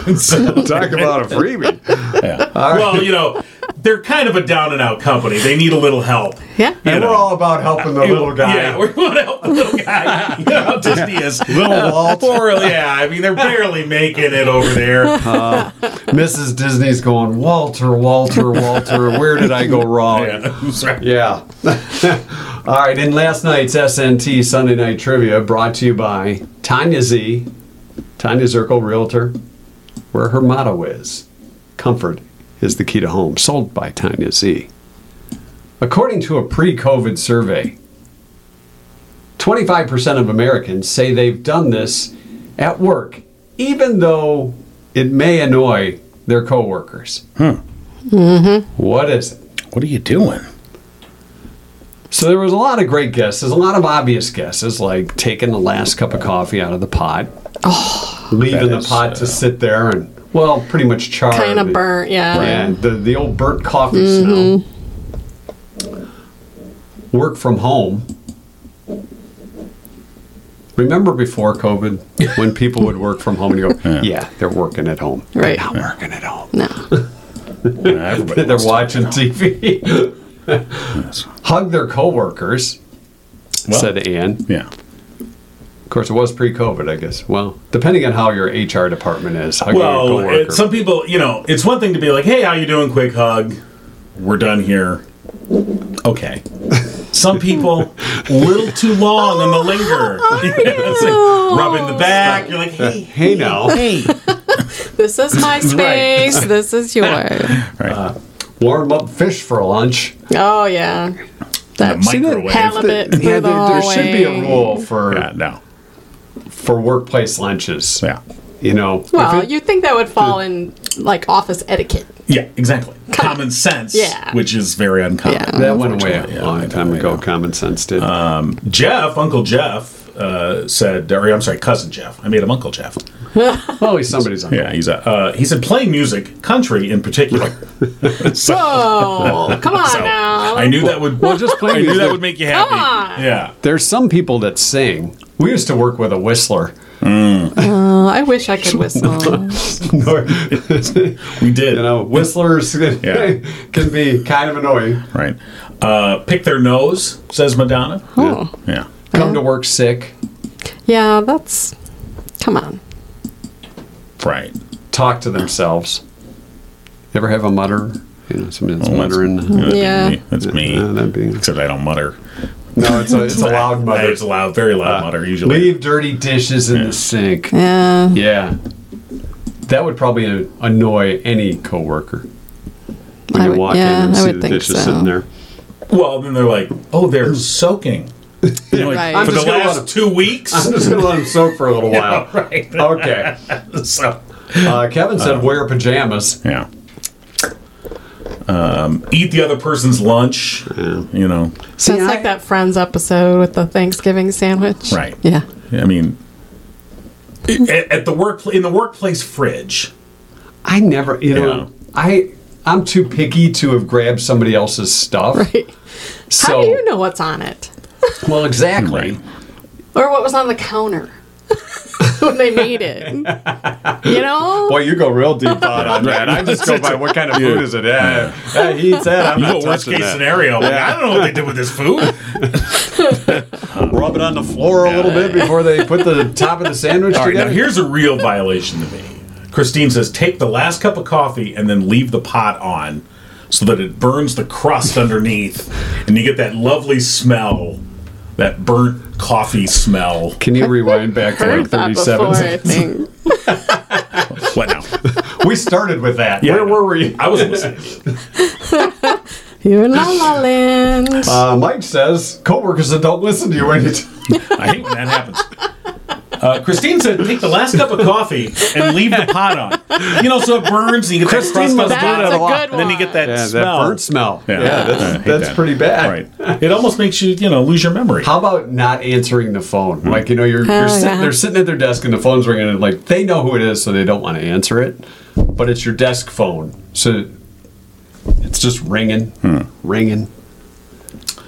[SPEAKER 1] [laughs] Wow.
[SPEAKER 4] So-
[SPEAKER 1] Talk about a freebie.
[SPEAKER 4] [laughs] yeah. Well, you know, they're kind of a down and out company. They need a little help. [laughs]
[SPEAKER 3] Yeah.
[SPEAKER 1] And we're all about helping the little guy.
[SPEAKER 4] Yeah, we're going to help the little guy.
[SPEAKER 1] [laughs]
[SPEAKER 4] You know how Disney is. [laughs] little
[SPEAKER 1] Walt.
[SPEAKER 4] Poor, yeah, I mean, they're barely making it over there. [laughs]
[SPEAKER 1] Mrs. Disney's going, Walter, Walter, Walter, where did I go wrong?
[SPEAKER 4] [laughs] Yeah, that's right.
[SPEAKER 1] Yeah. [laughs] All right. In last night's SNT Sunday Night Trivia, brought to you by Tanya Z, Tanya Zirkle Realtor, where her motto is Comfort is the key to home, sold by Tanya Z. According to a pre COVID survey, 25% of Americans say they've done this at work, even though it may annoy their coworkers. Hmm. Mm-hmm. is it?
[SPEAKER 4] What are you doing?
[SPEAKER 1] So there was a lot of great guesses, a lot of obvious guesses, like taking the last cup of coffee out of the pot, leaving the
[SPEAKER 4] Oh, is, uh,
[SPEAKER 1] pot to sit there, and well, pretty much charred.
[SPEAKER 3] Kind of burnt, yeah.
[SPEAKER 1] Yeah, the the old burnt coffee smell. Work from home. Remember before COVID, when people would work from home and you go, yeah. they're working at home.
[SPEAKER 3] Right.
[SPEAKER 1] They're not working at home.
[SPEAKER 3] No.
[SPEAKER 4] Everybody
[SPEAKER 1] They're
[SPEAKER 4] wants to-
[SPEAKER 1] watching TV. Hug their coworkers,
[SPEAKER 4] Well,
[SPEAKER 1] said Anne.
[SPEAKER 4] Yeah.
[SPEAKER 1] Of course, it was pre-COVID, I guess. Well, depending on how your HR department is, how
[SPEAKER 4] Well,
[SPEAKER 1] your
[SPEAKER 4] it,
[SPEAKER 1] coworker.
[SPEAKER 4] some people, you know, it's one thing to be like, "Hey, how you doing? Quick hug. We're done here." Okay. Some people, a little too long on the linger. [laughs] It's like rubbing the back. You're like, "Hey,
[SPEAKER 1] hey now,
[SPEAKER 4] Uh, [laughs] hey."
[SPEAKER 3] This is
[SPEAKER 4] [laughs]
[SPEAKER 3] my space. This is yours.
[SPEAKER 1] warm up fish for lunch.
[SPEAKER 3] Oh, yeah. That
[SPEAKER 4] The microwave.
[SPEAKER 3] halibut through
[SPEAKER 1] [laughs] Yeah,
[SPEAKER 3] the
[SPEAKER 1] there, there should be a
[SPEAKER 3] hallway.
[SPEAKER 1] rule for
[SPEAKER 4] Yeah, no.
[SPEAKER 1] for workplace lunches.
[SPEAKER 4] Yeah.
[SPEAKER 1] You know, if
[SPEAKER 3] Well,
[SPEAKER 1] it-
[SPEAKER 3] you'd think that would fall in like office
[SPEAKER 4] [laughs]
[SPEAKER 3] etiquette.
[SPEAKER 4] Yeah, exactly.
[SPEAKER 3] Come on.
[SPEAKER 4] common sense,
[SPEAKER 3] Yeah.
[SPEAKER 4] which is very uncommon.
[SPEAKER 3] Yeah.
[SPEAKER 1] that went away a
[SPEAKER 4] unfortunately, yeah,
[SPEAKER 1] long
[SPEAKER 4] went
[SPEAKER 1] time
[SPEAKER 4] away,
[SPEAKER 1] ago. Common sense did.
[SPEAKER 4] Uh, Jeff, Uncle Jeff, uh, said, or I'm sorry, cousin Jeff. I made him Uncle Jeff.
[SPEAKER 1] well, at least somebody's on.
[SPEAKER 4] Yeah, he's a. Uh, he said playing music, country in
[SPEAKER 1] [laughs]
[SPEAKER 4] particular. so
[SPEAKER 3] Oh, come on
[SPEAKER 4] So,
[SPEAKER 3] now.
[SPEAKER 4] I knew that would.
[SPEAKER 1] Well, just play
[SPEAKER 4] [laughs] I knew
[SPEAKER 1] music.
[SPEAKER 4] that would make you happy.
[SPEAKER 3] Come on.
[SPEAKER 4] Yeah.
[SPEAKER 1] There's some people that sing. We used to work with a whistler.
[SPEAKER 3] Oh, I wish I
[SPEAKER 4] [laughs]
[SPEAKER 3] could whistle.
[SPEAKER 1] you
[SPEAKER 4] We did.
[SPEAKER 1] know, whistlers [laughs]
[SPEAKER 4] Yeah.
[SPEAKER 1] can be kind of annoying.
[SPEAKER 4] Right. Uh, pick their nose, says Madonna.
[SPEAKER 3] Oh.
[SPEAKER 4] Yeah.
[SPEAKER 1] Come to work sick,
[SPEAKER 3] Yeah, that's. Come on.
[SPEAKER 4] Right.
[SPEAKER 1] talk to themselves. You ever have a mutter? You know, somebody that's
[SPEAKER 4] Well, Oh, that's-
[SPEAKER 1] muttering.
[SPEAKER 4] that'd be
[SPEAKER 3] Yeah.
[SPEAKER 4] me. That's me.
[SPEAKER 1] Uh, that'd be-
[SPEAKER 4] Except I don't mutter.
[SPEAKER 1] no, it's a,
[SPEAKER 4] [laughs]
[SPEAKER 1] it's a loud mutter.
[SPEAKER 4] It's a loud, very loud mutter usually.
[SPEAKER 1] Uh, Leave dirty dishes in the sink.
[SPEAKER 3] Yeah.
[SPEAKER 1] Yeah. That would probably uh, annoy any coworker. When
[SPEAKER 3] I
[SPEAKER 1] you
[SPEAKER 3] would-
[SPEAKER 1] walk
[SPEAKER 3] yeah,
[SPEAKER 1] in and
[SPEAKER 3] I
[SPEAKER 1] see
[SPEAKER 3] would
[SPEAKER 1] the
[SPEAKER 3] think
[SPEAKER 1] dishes
[SPEAKER 3] so.
[SPEAKER 1] sitting there.
[SPEAKER 4] Well, then they're like, oh,
[SPEAKER 1] [laughs]
[SPEAKER 4] they're soaking. You're like,
[SPEAKER 3] Right. I'm
[SPEAKER 4] For the
[SPEAKER 1] just gonna let
[SPEAKER 4] last
[SPEAKER 1] them-
[SPEAKER 4] two weeks?
[SPEAKER 1] I'm just going to let them soak for a
[SPEAKER 3] [laughs]
[SPEAKER 1] little while.
[SPEAKER 4] right.
[SPEAKER 1] [laughs] Okay.
[SPEAKER 4] so,
[SPEAKER 1] Uh, Kevin said wear pajamas.
[SPEAKER 4] yeah. Um, eat the other person's lunch. You know,
[SPEAKER 3] So
[SPEAKER 1] See,
[SPEAKER 3] it's like
[SPEAKER 1] I-
[SPEAKER 3] that Friends episode with the Thanksgiving sandwich.
[SPEAKER 4] Right.
[SPEAKER 3] Yeah.
[SPEAKER 4] I mean, at, at the work in the workplace fridge.
[SPEAKER 1] I never, you know,
[SPEAKER 4] Yeah.
[SPEAKER 1] I I'm too picky to have grabbed somebody else's stuff.
[SPEAKER 3] Right.
[SPEAKER 1] So,
[SPEAKER 3] How do you know what's on it?
[SPEAKER 1] Well, exactly.
[SPEAKER 3] Or what was on the counter [laughs] when they made it? You know?
[SPEAKER 1] Boy, you go real deep thought on that. I just go by what kind of food is it. Yeah, yeah, he eats that. I'm
[SPEAKER 4] You
[SPEAKER 1] not
[SPEAKER 4] go worst
[SPEAKER 1] touching
[SPEAKER 4] case
[SPEAKER 1] that.
[SPEAKER 4] scenario. Like, I don't know what they did with this food.
[SPEAKER 1] Rub it on the floor a little bit before they put the top of the sandwich
[SPEAKER 4] All right, now
[SPEAKER 1] together.
[SPEAKER 4] here's a real violation to me. Christine says, take the last cup of coffee and then leave the pot on so that it burns the crust underneath and you get that lovely smell, that burnt coffee smell.
[SPEAKER 1] Can you rewind back to like
[SPEAKER 3] Heard that before,
[SPEAKER 1] 37
[SPEAKER 3] I
[SPEAKER 1] seconds?
[SPEAKER 3] think.
[SPEAKER 4] What now?
[SPEAKER 1] We started with that.
[SPEAKER 4] Yeah.
[SPEAKER 1] Where were we?
[SPEAKER 4] I was listening.
[SPEAKER 3] You're in La
[SPEAKER 1] [laughs]
[SPEAKER 3] La Land.
[SPEAKER 1] Uh, Mike says coworkers that don't listen to you when you. T-
[SPEAKER 4] I hate when that happens. Uh, Christine said, take the last cup of coffee and leave the pot on. You know, so it burns and you get
[SPEAKER 1] Christine
[SPEAKER 4] that
[SPEAKER 1] must
[SPEAKER 4] crust
[SPEAKER 1] do
[SPEAKER 4] on
[SPEAKER 1] that
[SPEAKER 4] the
[SPEAKER 1] a
[SPEAKER 4] bottom,
[SPEAKER 1] lot.
[SPEAKER 4] And then you get that
[SPEAKER 1] Yeah,
[SPEAKER 4] smell.
[SPEAKER 1] that burnt smell. Yeah,
[SPEAKER 4] Yeah.
[SPEAKER 1] that's,
[SPEAKER 4] I hate
[SPEAKER 1] that's
[SPEAKER 4] that.
[SPEAKER 1] pretty bad.
[SPEAKER 4] Right. It almost makes you, you know, lose your memory.
[SPEAKER 1] How about not answering the phone?
[SPEAKER 4] Hmm.
[SPEAKER 1] Like you know, you're, you're
[SPEAKER 3] Oh,
[SPEAKER 1] sit-
[SPEAKER 3] yeah.
[SPEAKER 1] they're sitting at their desk and the phone's ringing, and like they know who it is, so they don't want to answer it. But it's your desk phone, so it's just ringing,
[SPEAKER 4] Hmm.
[SPEAKER 1] ringing.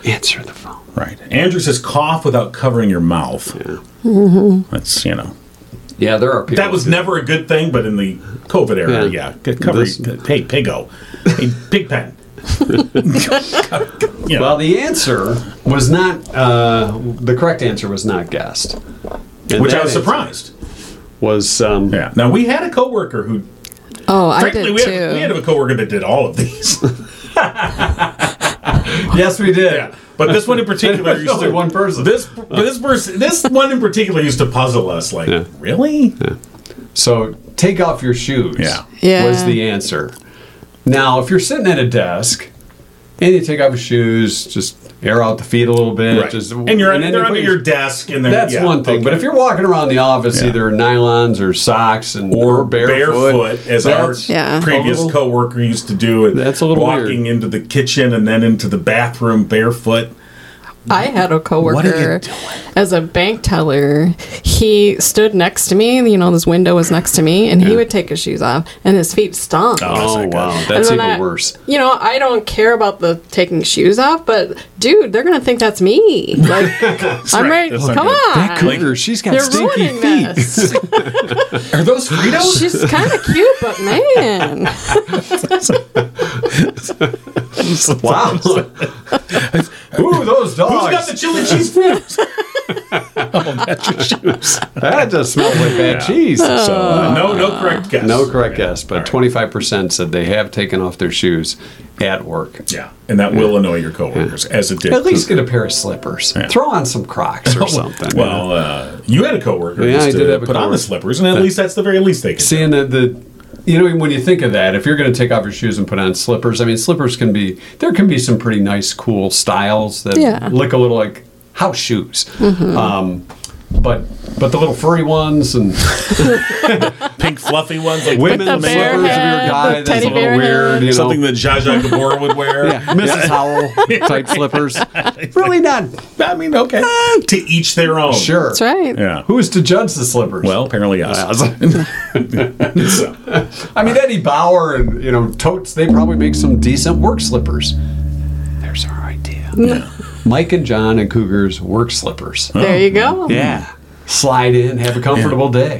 [SPEAKER 1] Answer the phone.
[SPEAKER 4] Right. Andrew says cough without covering your mouth. That's you know
[SPEAKER 1] Yeah, there are people.
[SPEAKER 4] that was never a good thing, but in the COVID era,
[SPEAKER 1] Yeah.
[SPEAKER 4] yeah, Get cover.
[SPEAKER 1] This-
[SPEAKER 4] hey, piggo, hey, pig pen. you know,
[SPEAKER 1] well. The answer was not uh, the correct answer was not guessed, And
[SPEAKER 4] which I
[SPEAKER 1] that
[SPEAKER 4] was
[SPEAKER 1] answer
[SPEAKER 4] surprised.
[SPEAKER 1] Was um,
[SPEAKER 4] Yeah. Now we had a coworker who,
[SPEAKER 3] oh, I
[SPEAKER 4] frankly,
[SPEAKER 3] did
[SPEAKER 4] we
[SPEAKER 3] too.
[SPEAKER 4] had, we had a coworker that did all of these. [laughs]
[SPEAKER 1] yes, we did.
[SPEAKER 4] yeah. But this one in particular
[SPEAKER 1] There's
[SPEAKER 4] used
[SPEAKER 1] only
[SPEAKER 4] to
[SPEAKER 1] one person.
[SPEAKER 4] This this person this one in particular used to puzzle us. Like, really?
[SPEAKER 1] So take off your shoes.
[SPEAKER 4] Yeah.
[SPEAKER 3] Yeah.
[SPEAKER 1] Was the answer. Now, if you're sitting at a desk and you take off your shoes, just air out the feet a little bit.
[SPEAKER 4] Right.
[SPEAKER 1] Just,
[SPEAKER 4] and you're
[SPEAKER 1] then
[SPEAKER 4] they're
[SPEAKER 1] you
[SPEAKER 4] under
[SPEAKER 1] put
[SPEAKER 4] your desk, and they're-
[SPEAKER 1] That's
[SPEAKER 4] yeah,
[SPEAKER 1] one thing. But
[SPEAKER 4] okay.
[SPEAKER 1] if you're walking around the office,
[SPEAKER 4] Yeah.
[SPEAKER 1] either nylons or socks and or barefoot,
[SPEAKER 4] barefoot, as our
[SPEAKER 1] that's-
[SPEAKER 3] Yeah.
[SPEAKER 4] previous
[SPEAKER 1] A little-
[SPEAKER 4] coworker used to do. And
[SPEAKER 1] That's a little
[SPEAKER 4] walking into the kitchen and then into the bathroom barefoot.
[SPEAKER 3] I had a coworker as a bank teller. He stood next to me, you know, this window was next to me, and he would take his shoes off, and his feet stunk.
[SPEAKER 1] Oh wow,
[SPEAKER 3] And
[SPEAKER 1] that's
[SPEAKER 3] then
[SPEAKER 1] even
[SPEAKER 3] I-
[SPEAKER 1] worse.
[SPEAKER 3] You know, I don't care about the taking shoes off, but dude, they're gonna think that's me. Like, I'm
[SPEAKER 4] right,
[SPEAKER 3] right.
[SPEAKER 4] that's not
[SPEAKER 3] Come
[SPEAKER 4] good.
[SPEAKER 3] on,
[SPEAKER 2] Cougar, she's got
[SPEAKER 3] they're
[SPEAKER 1] [laughs]
[SPEAKER 3] ruining this.
[SPEAKER 4] Are those Fritos?
[SPEAKER 3] [laughs] She's kind of cute, but man, [laughs]
[SPEAKER 1] Wow. [laughs] Ooh, those
[SPEAKER 4] Who's got
[SPEAKER 1] dogs.
[SPEAKER 4] the chili cheese Fritos?
[SPEAKER 1] that just smells like bad
[SPEAKER 3] [laughs]
[SPEAKER 1] cheese.
[SPEAKER 4] So,
[SPEAKER 3] Oh.
[SPEAKER 4] uh, no, no correct guess.
[SPEAKER 1] No correct guess, but 25% said they have taken off their shoes at work.
[SPEAKER 4] Yeah, and that will annoy your coworkers, as it did.
[SPEAKER 1] At least get a pair of slippers. Throw on some Crocs or something. you know?
[SPEAKER 4] [laughs] Well, uh, you had a coworker
[SPEAKER 1] Yeah,
[SPEAKER 4] who
[SPEAKER 1] I
[SPEAKER 4] used
[SPEAKER 1] did
[SPEAKER 4] to
[SPEAKER 1] have a
[SPEAKER 4] put on
[SPEAKER 1] coworker.
[SPEAKER 4] the slippers, and at least that's the very least they could.
[SPEAKER 1] seeing that the, you know, when you think of that, if you're going to take off your shoes and put on slippers, I mean, slippers can be there can be some pretty nice, cool styles that
[SPEAKER 3] Yeah. Mm-hmm.
[SPEAKER 1] look a little like house shoes. Um, but but the little furry ones
[SPEAKER 3] [laughs]
[SPEAKER 1] and
[SPEAKER 4] Pink fluffy ones like
[SPEAKER 1] women
[SPEAKER 3] the
[SPEAKER 1] slippers if
[SPEAKER 3] bear
[SPEAKER 1] you're a
[SPEAKER 3] head,
[SPEAKER 1] guy
[SPEAKER 3] the
[SPEAKER 1] that's a
[SPEAKER 3] teddy
[SPEAKER 1] little
[SPEAKER 3] bear
[SPEAKER 1] weird,
[SPEAKER 3] head.
[SPEAKER 1] you know,
[SPEAKER 4] something that Zsa Zsa Gabor would wear.
[SPEAKER 1] yeah, Mrs. Howell
[SPEAKER 4] [laughs]
[SPEAKER 1] type slippers. Really not. I mean, okay,
[SPEAKER 4] To each their own.
[SPEAKER 1] sure.
[SPEAKER 3] That's right.
[SPEAKER 4] Yeah.
[SPEAKER 1] Who's to judge the slippers?
[SPEAKER 4] Well, apparently us. So,
[SPEAKER 1] I mean, Eddie Bauer and you know Totes, they probably make some decent work slippers. There's our idea. Mike and John and Cougars work slippers.
[SPEAKER 3] There you go.
[SPEAKER 2] Yeah.
[SPEAKER 1] Slide in, have a comfortable
[SPEAKER 4] [laughs]
[SPEAKER 1] day.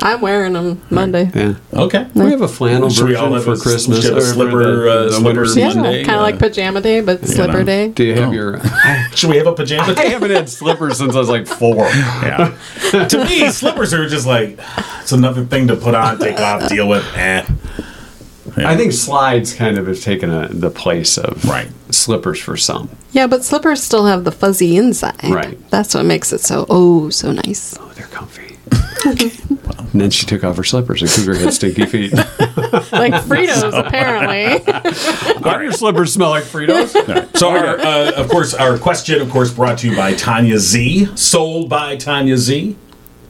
[SPEAKER 3] I'm wearing them Monday.
[SPEAKER 1] Yeah.
[SPEAKER 4] okay.
[SPEAKER 1] We have a flannel
[SPEAKER 4] Should we all
[SPEAKER 1] version
[SPEAKER 4] have
[SPEAKER 1] for
[SPEAKER 4] a-
[SPEAKER 1] Christmas.
[SPEAKER 4] should we have a
[SPEAKER 1] or
[SPEAKER 4] slipper,
[SPEAKER 1] for
[SPEAKER 4] uh,
[SPEAKER 1] winter
[SPEAKER 4] slipper
[SPEAKER 1] season.
[SPEAKER 3] Yeah,
[SPEAKER 4] Monday,
[SPEAKER 3] kind of
[SPEAKER 4] uh,
[SPEAKER 3] like pajama day, but slipper
[SPEAKER 4] know.
[SPEAKER 3] day.
[SPEAKER 1] Do you
[SPEAKER 4] Oh.
[SPEAKER 1] have
[SPEAKER 4] [laughs]
[SPEAKER 1] your? I
[SPEAKER 4] Should we have a pajama?
[SPEAKER 1] haven't had slippers since I was like four.
[SPEAKER 4] Yeah. to me, slippers are just like it's another thing to put on, take off, deal with. Eh.
[SPEAKER 1] I think slides kind of have taken a, the place of
[SPEAKER 4] Right.
[SPEAKER 1] slippers for some.
[SPEAKER 3] Yeah, but slippers still have the fuzzy inside.
[SPEAKER 1] Right.
[SPEAKER 3] That's what makes it so oh so nice.
[SPEAKER 1] Oh, they're
[SPEAKER 4] [laughs]
[SPEAKER 1] comfy. And then she took off her slippers, and Cougar had stinky
[SPEAKER 4] [laughs]
[SPEAKER 1] feet.
[SPEAKER 3] Like Fritos, apparently. [laughs]
[SPEAKER 1] Are your slippers smell like [laughs] Fritos?
[SPEAKER 4] So, our, uh, of course, our question, of course, brought to you by Tanya Z, sold by Tanya Z.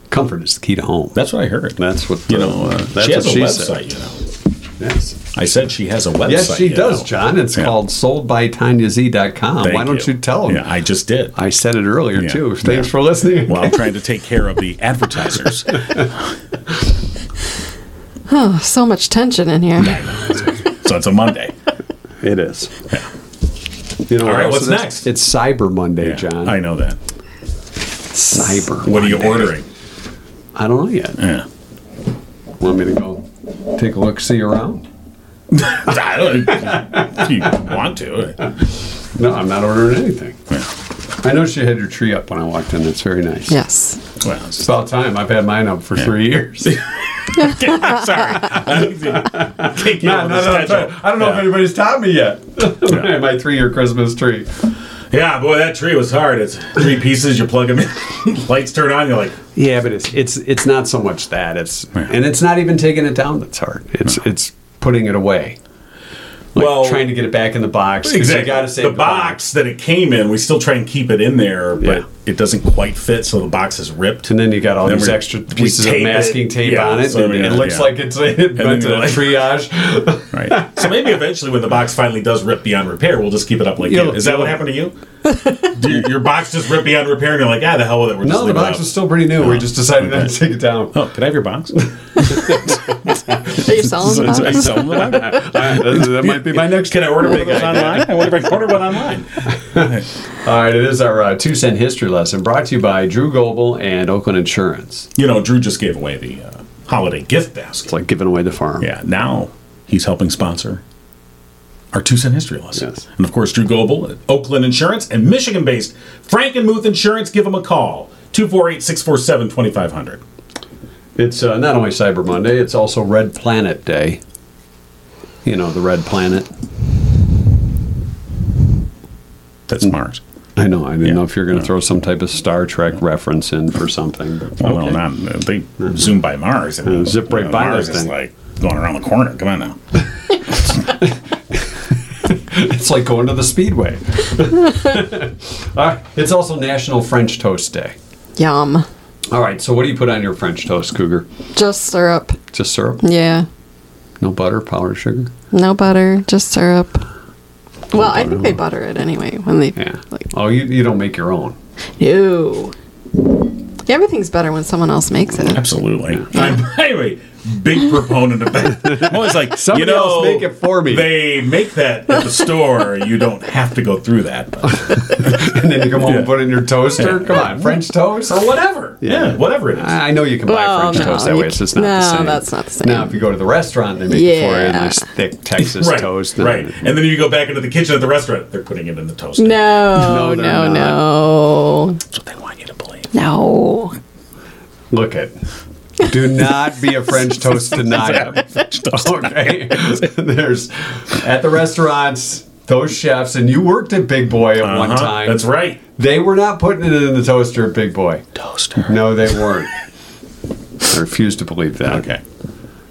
[SPEAKER 1] Comfort is the key to home.
[SPEAKER 4] That's what I heard.
[SPEAKER 1] That's what Oh,
[SPEAKER 4] you know, uh,
[SPEAKER 1] that's
[SPEAKER 4] she has
[SPEAKER 1] what
[SPEAKER 4] a
[SPEAKER 1] she said.
[SPEAKER 4] website. You know,
[SPEAKER 1] Yes,
[SPEAKER 4] I said she has a website.
[SPEAKER 1] yes, she
[SPEAKER 4] you
[SPEAKER 1] does,
[SPEAKER 4] know.
[SPEAKER 1] John. It's
[SPEAKER 4] Yeah.
[SPEAKER 1] called soldbytanyaz.com.
[SPEAKER 4] Thank
[SPEAKER 1] Why don't you, tell them?
[SPEAKER 4] Yeah, I just did.
[SPEAKER 1] I said it earlier
[SPEAKER 4] Yeah,
[SPEAKER 1] too. Thanks
[SPEAKER 4] yeah.
[SPEAKER 1] for listening.
[SPEAKER 4] Well, I'm trying to take care of the advertisers.
[SPEAKER 3] so much tension in here.
[SPEAKER 4] so it's a Monday.
[SPEAKER 1] it is. You know
[SPEAKER 4] All
[SPEAKER 1] what
[SPEAKER 4] right,
[SPEAKER 1] else
[SPEAKER 4] what's
[SPEAKER 1] it is?
[SPEAKER 4] next?
[SPEAKER 1] It's Cyber Monday,
[SPEAKER 4] Yeah,
[SPEAKER 1] John.
[SPEAKER 4] I know that.
[SPEAKER 1] Cyber.
[SPEAKER 4] What are you
[SPEAKER 1] Monday.
[SPEAKER 4] ordering?
[SPEAKER 1] I don't know yet.
[SPEAKER 4] Yeah. [laughs]
[SPEAKER 1] Want me to go take a look, see around?
[SPEAKER 4] I don't, if you want to.
[SPEAKER 1] No, I'm not ordering anything. I noticed you had your tree up when I walked in. That's very nice.
[SPEAKER 3] Yes.
[SPEAKER 4] Well, it's [laughs]
[SPEAKER 1] It's about time. I've had mine up for three years.
[SPEAKER 4] Sorry. Take you
[SPEAKER 1] No,
[SPEAKER 4] on
[SPEAKER 1] no,
[SPEAKER 4] the
[SPEAKER 1] no,
[SPEAKER 4] schedule.
[SPEAKER 1] no. I don't know if
[SPEAKER 4] Yeah.
[SPEAKER 1] anybody's taught me yet. [laughs] My three-year Christmas tree.
[SPEAKER 4] Yeah, boy, that tree was hard. It's three pieces. You plug them in, [laughs] lights turn on. You're like,
[SPEAKER 1] Yeah, but it's it's it's not so much that it's and it's not even taking it down that's hard. It's it's putting it away,
[SPEAKER 4] well,
[SPEAKER 1] trying to get it back in the box. 'cause you
[SPEAKER 4] exactly.
[SPEAKER 1] gotta save
[SPEAKER 4] the box that it came in, we still try and keep it in there, but
[SPEAKER 1] Yeah.
[SPEAKER 4] it doesn't quite fit, so the box is ripped.
[SPEAKER 1] And then you got all
[SPEAKER 4] Then
[SPEAKER 1] these
[SPEAKER 4] we-
[SPEAKER 1] extra
[SPEAKER 4] we
[SPEAKER 1] pieces of
[SPEAKER 4] tape it.
[SPEAKER 1] masking tape
[SPEAKER 4] Yeah,
[SPEAKER 1] on it.
[SPEAKER 4] so, I
[SPEAKER 1] and
[SPEAKER 4] mean,
[SPEAKER 1] it looks
[SPEAKER 4] yeah.
[SPEAKER 1] like it's it meant
[SPEAKER 4] you're
[SPEAKER 1] to
[SPEAKER 4] like- [laughs]
[SPEAKER 1] triage.
[SPEAKER 4] Right. so maybe eventually, when the box finally does rip beyond repair, we'll just keep it up like
[SPEAKER 1] Yeah,
[SPEAKER 4] that. Is that what happened to you?
[SPEAKER 1] [laughs]
[SPEAKER 4] Do your, your box just ripped beyond repair, and you're like, ah, the hell with it. We're just
[SPEAKER 1] no, the
[SPEAKER 4] leaving it
[SPEAKER 1] box
[SPEAKER 4] up."
[SPEAKER 1] was still pretty new. We just decided not to take it down.
[SPEAKER 4] Oh, could I have your [laughs] box?
[SPEAKER 3] Are you selling them?
[SPEAKER 4] I sell them the box?
[SPEAKER 1] that, that might [laughs] be my
[SPEAKER 4] [laughs]
[SPEAKER 1] next.
[SPEAKER 4] Can I order one of those online? I wonder if I can order one online.
[SPEAKER 1] All right, it is our uh, two cent history lesson brought to you by Drew Goble and Oakland Insurance.
[SPEAKER 4] You know, Drew just gave away the uh, holiday gift basket.
[SPEAKER 1] It's like giving away the farm.
[SPEAKER 4] Yeah, now he's helping sponsor our two cent history lesson.
[SPEAKER 1] Yes.
[SPEAKER 4] And of course, Drew Goble at Oakland Insurance and Michigan based Frankenmuth Insurance. Give him a call 248 647 2500.
[SPEAKER 1] It's uh, not only Cyber Monday, it's also Red Planet Day. You know, the Red Planet.
[SPEAKER 4] That's Mars.
[SPEAKER 1] I know, I didn't
[SPEAKER 4] Yeah.
[SPEAKER 1] know if you're going to throw some type of Star Trek reference in for something. But
[SPEAKER 4] Well, no, not, they zoom by Mars. I mean,
[SPEAKER 1] zip right
[SPEAKER 4] you know,
[SPEAKER 1] by
[SPEAKER 4] Mars
[SPEAKER 1] that
[SPEAKER 4] is
[SPEAKER 1] thing.
[SPEAKER 4] like going around the corner. Come on now.
[SPEAKER 1] It's like going to the
[SPEAKER 4] [laughs]
[SPEAKER 1] Speedway. All right, it's also National French Toast Day.
[SPEAKER 3] Yum.
[SPEAKER 1] All right, so what do you put on your French toast, Cougar?
[SPEAKER 3] Just syrup.
[SPEAKER 1] Just syrup?
[SPEAKER 3] Yeah.
[SPEAKER 1] No butter, powdered sugar?
[SPEAKER 3] No butter, just syrup. Well, I think they butter it anyway when they
[SPEAKER 1] Yeah.
[SPEAKER 3] like
[SPEAKER 1] Oh, you, you don't make your own. [laughs]
[SPEAKER 3] no. Yeah, everything's better when someone else makes
[SPEAKER 4] [laughs]
[SPEAKER 3] it.
[SPEAKER 4] Absolutely. I'm, anyway, big proponent of that. I'm always like,
[SPEAKER 1] Somebody
[SPEAKER 4] you know,
[SPEAKER 1] else make it for me.
[SPEAKER 4] They make that at the store. You don't have to go through that. But.
[SPEAKER 1] And then you come home and put it in your toaster? Come on, French
[SPEAKER 4] [laughs]
[SPEAKER 1] toast?
[SPEAKER 4] or whatever. Yeah, whatever it is.
[SPEAKER 1] I I know you can buy
[SPEAKER 3] Well,
[SPEAKER 1] French
[SPEAKER 3] no,
[SPEAKER 1] toast that
[SPEAKER 3] you
[SPEAKER 1] way. It's just not
[SPEAKER 3] c-
[SPEAKER 1] the
[SPEAKER 3] no,
[SPEAKER 1] same.
[SPEAKER 3] that's not the same.
[SPEAKER 1] Now, if you go to the restaurant, they make it for you in
[SPEAKER 3] Yeah.
[SPEAKER 1] this thick Texas
[SPEAKER 4] right,
[SPEAKER 1] toast. and-
[SPEAKER 4] right. And then you go back into the kitchen at the restaurant. They're putting it in the toaster.
[SPEAKER 1] [laughs] No,
[SPEAKER 3] No,
[SPEAKER 1] they're
[SPEAKER 3] no,
[SPEAKER 1] not.
[SPEAKER 3] no.
[SPEAKER 4] That's what they want you to believe.
[SPEAKER 3] No.
[SPEAKER 1] Look at. Do not be a French toast denier. okay. [laughs] There's at the restaurants those chefs, and you worked at Big Boy at one
[SPEAKER 4] Uh-huh,
[SPEAKER 1] time.
[SPEAKER 4] That's right.
[SPEAKER 1] They were not putting it in the toaster at Big Boy.
[SPEAKER 4] Toaster. [laughs]
[SPEAKER 1] No, they weren't. I refuse to believe that.
[SPEAKER 4] Okay.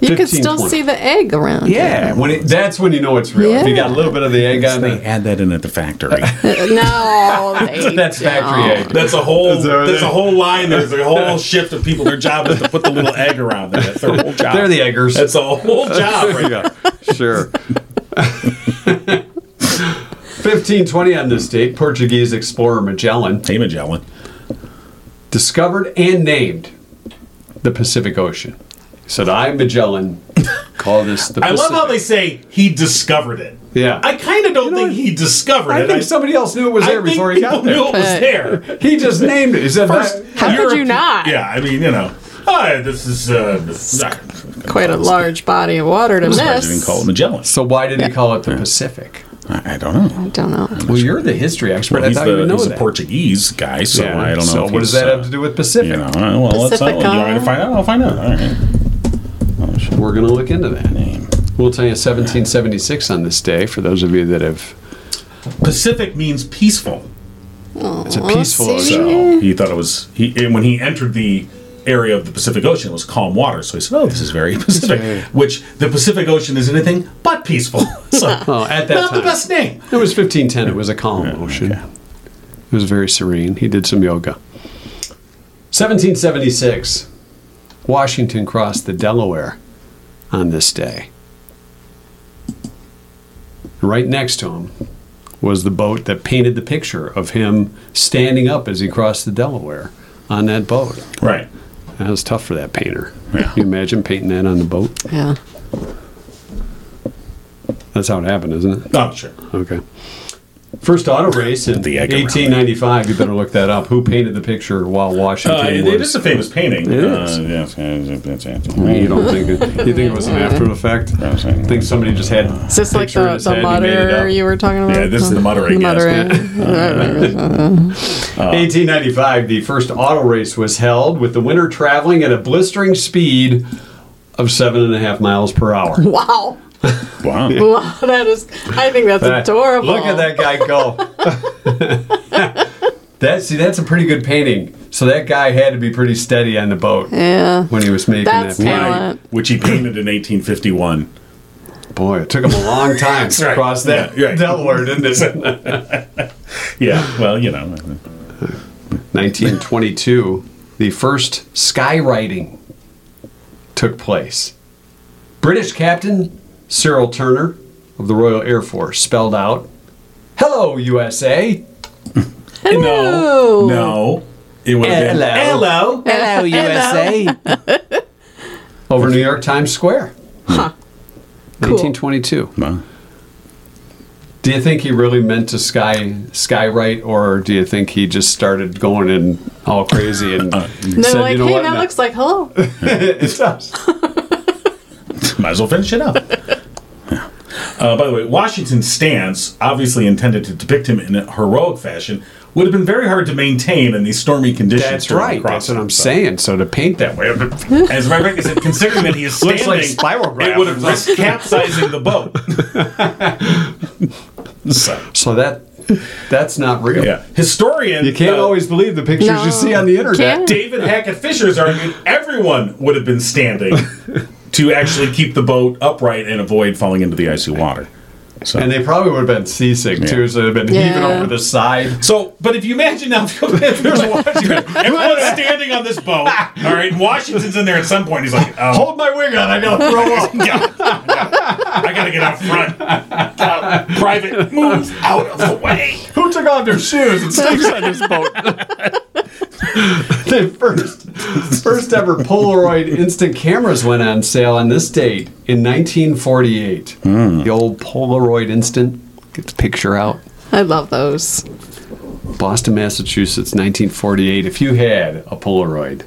[SPEAKER 3] You can
[SPEAKER 1] 15,
[SPEAKER 3] still
[SPEAKER 1] 20.
[SPEAKER 3] see the egg around.
[SPEAKER 1] Yeah, when it, that's when you know it's real. If you got a little bit of the egg on
[SPEAKER 7] They
[SPEAKER 1] the
[SPEAKER 7] add that in at the
[SPEAKER 1] [laughs]
[SPEAKER 7] factory.
[SPEAKER 3] it. No, they
[SPEAKER 1] that's factory
[SPEAKER 3] don't.
[SPEAKER 1] egg.
[SPEAKER 4] That's a whole.
[SPEAKER 1] That's over
[SPEAKER 4] That's a
[SPEAKER 1] there.
[SPEAKER 4] whole line. There's a whole shift of people. Their job is to put the little egg around there. That's their whole job.
[SPEAKER 1] They're the eggers.
[SPEAKER 4] That's a whole job right
[SPEAKER 1] [laughs]
[SPEAKER 4] there.
[SPEAKER 1] sure. 1520 on this date, Portuguese explorer Magellan
[SPEAKER 7] hey, Magellan.
[SPEAKER 1] discovered and named the Pacific Ocean. He said, I, Magellan, call this the
[SPEAKER 4] I
[SPEAKER 1] Pacific.
[SPEAKER 4] love how they say he discovered it.
[SPEAKER 1] Yeah.
[SPEAKER 4] I kind of don't think he discovered
[SPEAKER 1] I
[SPEAKER 4] it.
[SPEAKER 1] think somebody else knew it was
[SPEAKER 4] I
[SPEAKER 1] there
[SPEAKER 4] think
[SPEAKER 1] before he
[SPEAKER 4] people
[SPEAKER 1] got there.
[SPEAKER 4] knew it was
[SPEAKER 3] But-
[SPEAKER 4] there.
[SPEAKER 1] He just named it. He said,
[SPEAKER 4] First,
[SPEAKER 1] that-
[SPEAKER 3] How could you
[SPEAKER 4] Europe-
[SPEAKER 3] not?
[SPEAKER 4] Yeah, I mean, you know, oh, this is uh, this- uh,
[SPEAKER 3] Quite a large body of water to
[SPEAKER 7] I didn't
[SPEAKER 3] miss.
[SPEAKER 7] call it Magellan.
[SPEAKER 1] So why did he call it the Pacific?
[SPEAKER 7] I, I don't know.
[SPEAKER 3] I don't know.
[SPEAKER 1] Well, you're the history expert.
[SPEAKER 7] Well, he's
[SPEAKER 1] I thought you
[SPEAKER 7] the,
[SPEAKER 1] would know
[SPEAKER 7] he's a
[SPEAKER 1] that.
[SPEAKER 7] Portuguese guy, so
[SPEAKER 1] Yeah.
[SPEAKER 7] I don't know.
[SPEAKER 1] So
[SPEAKER 7] if
[SPEAKER 1] what
[SPEAKER 7] he's,
[SPEAKER 1] does that
[SPEAKER 7] uh,
[SPEAKER 1] have to do with Pacific?
[SPEAKER 7] You know, I don't know. well,
[SPEAKER 4] uh,
[SPEAKER 7] let's not, you
[SPEAKER 3] Pacifica.
[SPEAKER 7] want me to find out? I'll find out. All right.
[SPEAKER 1] We're going to look into that. We'll tell you 1776 on this day, for those of you that have.
[SPEAKER 4] Pacific means peaceful.
[SPEAKER 1] It's a peaceful
[SPEAKER 3] Oh, see?
[SPEAKER 1] ocean.
[SPEAKER 4] So he thought it was he and when he entered the area of the Pacific Ocean it was calm water. So he said, "Oh, this is very [laughs] Pacific," which the Pacific Ocean is anything but peaceful. [laughs]
[SPEAKER 1] [laughs]
[SPEAKER 4] So
[SPEAKER 1] Well, at that
[SPEAKER 4] not the
[SPEAKER 1] time.
[SPEAKER 4] best name.
[SPEAKER 1] It was 1510. It was a calm ocean. It was very serene. He did some yoga. 1776, Washington crossed the Delaware on this day. Right next to him was the boat that painted the picture of him standing up as he crossed the Delaware on that boat.
[SPEAKER 4] Right.
[SPEAKER 1] That was tough for that painter. Can you imagine painting that on the boat?
[SPEAKER 3] Yeah.
[SPEAKER 1] That's how it happened, isn't it?
[SPEAKER 4] Oh, sure.
[SPEAKER 1] Okay. First auto race in
[SPEAKER 7] The egg around.
[SPEAKER 1] 1895. You better look that up. Who painted the picture while Washington
[SPEAKER 4] Uh, it- it
[SPEAKER 1] was?
[SPEAKER 4] is a famous painting.
[SPEAKER 1] It
[SPEAKER 4] Uh,
[SPEAKER 1] is.
[SPEAKER 7] Yes, yes, yes, yes,
[SPEAKER 1] you
[SPEAKER 7] yes.
[SPEAKER 1] don't think it, you think it was an after effect? I think somebody just had.
[SPEAKER 3] Is this like
[SPEAKER 1] Picture in
[SPEAKER 3] the,
[SPEAKER 1] his
[SPEAKER 3] the
[SPEAKER 1] head, he made it
[SPEAKER 3] mutter
[SPEAKER 1] up.
[SPEAKER 3] you were talking about?
[SPEAKER 4] Yeah, this is the mutter, I
[SPEAKER 3] The
[SPEAKER 4] guess.
[SPEAKER 3] mutter egg.
[SPEAKER 1] 1895. The first auto race was held with the winner traveling at a blistering speed of seven and a half miles per hour.
[SPEAKER 3] wow.
[SPEAKER 7] Wow.
[SPEAKER 3] Wow, [laughs] that is. I think that's
[SPEAKER 1] That-
[SPEAKER 3] adorable.
[SPEAKER 1] Look at that guy
[SPEAKER 3] [laughs]
[SPEAKER 1] go. that see, that's a pretty good painting. So that guy had to be pretty steady on the boat
[SPEAKER 3] Yeah.
[SPEAKER 1] when he was making
[SPEAKER 3] That's
[SPEAKER 1] that. painting.
[SPEAKER 4] Right.
[SPEAKER 3] Talent.
[SPEAKER 4] Which he painted in 1851.
[SPEAKER 1] Boy, it took him a
[SPEAKER 3] [laughs]
[SPEAKER 1] long time to
[SPEAKER 4] right.
[SPEAKER 1] cross that
[SPEAKER 4] Yeah, right.
[SPEAKER 1] Delaware, didn't it?
[SPEAKER 4] [laughs] Yeah. Well, you know.
[SPEAKER 1] 1922, the first skywriting took place. British Captain Cyril Turner of the Royal Air Force spelled out, "Hello, USA."
[SPEAKER 4] No. No. It would have been
[SPEAKER 1] Hello.
[SPEAKER 2] Hello, USA.
[SPEAKER 1] Over New York Times Square.
[SPEAKER 3] Huh.
[SPEAKER 1] 1922.
[SPEAKER 7] Wow.
[SPEAKER 1] Do you think he really meant to sky skywrite, or do you think he just started going in all crazy and
[SPEAKER 3] And they're
[SPEAKER 1] said,
[SPEAKER 3] like,
[SPEAKER 1] "You know
[SPEAKER 3] hey,
[SPEAKER 1] what?
[SPEAKER 3] that
[SPEAKER 1] No."
[SPEAKER 3] looks like hello.
[SPEAKER 1] it does?
[SPEAKER 4] Might as well finish
[SPEAKER 1] [laughs]
[SPEAKER 4] it up. Uh, by the way, Washington's stance, obviously intended to depict him in a heroic fashion, would have been very hard to maintain in these stormy conditions.
[SPEAKER 1] That's
[SPEAKER 4] during the
[SPEAKER 1] right. That's
[SPEAKER 4] crossing.
[SPEAKER 1] what I'm saying. So to paint that way,
[SPEAKER 4] As Red Rick said, considering that he is
[SPEAKER 1] [laughs] Looks
[SPEAKER 4] standing,
[SPEAKER 1] like spiral graph.
[SPEAKER 4] it would have risked capsizing the
[SPEAKER 1] [laughs]
[SPEAKER 4] boat. so,
[SPEAKER 1] so that that's not real.
[SPEAKER 4] yeah, historian.
[SPEAKER 1] You can't
[SPEAKER 4] uh,
[SPEAKER 1] always believe the pictures
[SPEAKER 3] No,
[SPEAKER 1] you see on the internet.
[SPEAKER 3] can't.
[SPEAKER 4] David Hackett Fisher's argued everyone would have
[SPEAKER 1] [laughs]
[SPEAKER 4] been standing to actually keep the boat upright and avoid falling into the icy water.
[SPEAKER 1] And they probably would have been seasick too, so they'd have been heaving
[SPEAKER 3] Yeah.
[SPEAKER 1] over the side.
[SPEAKER 4] So, but if you imagine now, [laughs] if there's Washington, everyone's standing on this [laughs] boat. All right, Washington's in there at some point. He's like, oh,
[SPEAKER 1] Hold my wig on, I gotta throw up.
[SPEAKER 4] [laughs] I gotta get out front. Uh, [laughs] private moves out of the way.
[SPEAKER 1] Who took off their shoes and sticks on this boat?
[SPEAKER 4] [laughs]
[SPEAKER 1] [laughs] the first, first ever Polaroid instant cameras went on sale on this date in 1948. The old Polaroid instant, get the picture out.
[SPEAKER 3] I love those.
[SPEAKER 1] Boston, Massachusetts, 1948. If you had a Polaroid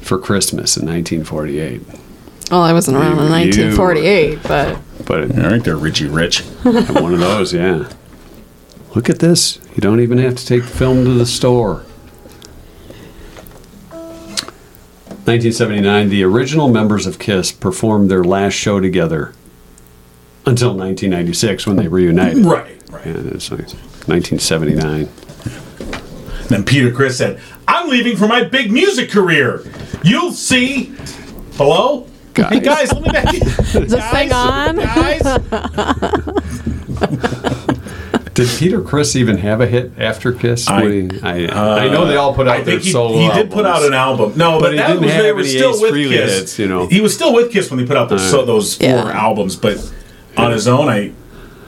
[SPEAKER 1] for Christmas in 1948,
[SPEAKER 3] Well, I wasn't around in 1948, but
[SPEAKER 1] but
[SPEAKER 7] All right, there, Richie
[SPEAKER 4] [laughs]
[SPEAKER 7] Rich.
[SPEAKER 1] one of those, yeah. Look at this. You don't even have to take the film to the store. 1979, the original members of Kiss performed their last show together until 1996 when they reunited.
[SPEAKER 4] Right, right.
[SPEAKER 1] Yeah, it's like 1979.
[SPEAKER 4] Then Peter Chris said, I'm leaving for my big music career. You'll see. Hello? Hey guys, let me back. Is
[SPEAKER 3] this thing on?
[SPEAKER 4] Guys,
[SPEAKER 1] Did Peter Chris even have a hit after Kiss?
[SPEAKER 4] I- uh,
[SPEAKER 1] What do you- I, I know they all put out
[SPEAKER 4] I
[SPEAKER 1] their
[SPEAKER 4] think he,
[SPEAKER 1] solo
[SPEAKER 4] he did put out
[SPEAKER 1] albums.
[SPEAKER 4] an album. No, but,
[SPEAKER 1] he
[SPEAKER 4] that
[SPEAKER 1] didn't
[SPEAKER 4] was,
[SPEAKER 1] have
[SPEAKER 4] they were
[SPEAKER 1] any
[SPEAKER 4] still
[SPEAKER 1] Ace
[SPEAKER 4] with
[SPEAKER 1] Frehley
[SPEAKER 4] Kiss.
[SPEAKER 1] hits, you know.
[SPEAKER 4] He was still with Kiss when they put out those, so, those four
[SPEAKER 3] Yeah.
[SPEAKER 4] albums, but on his own, I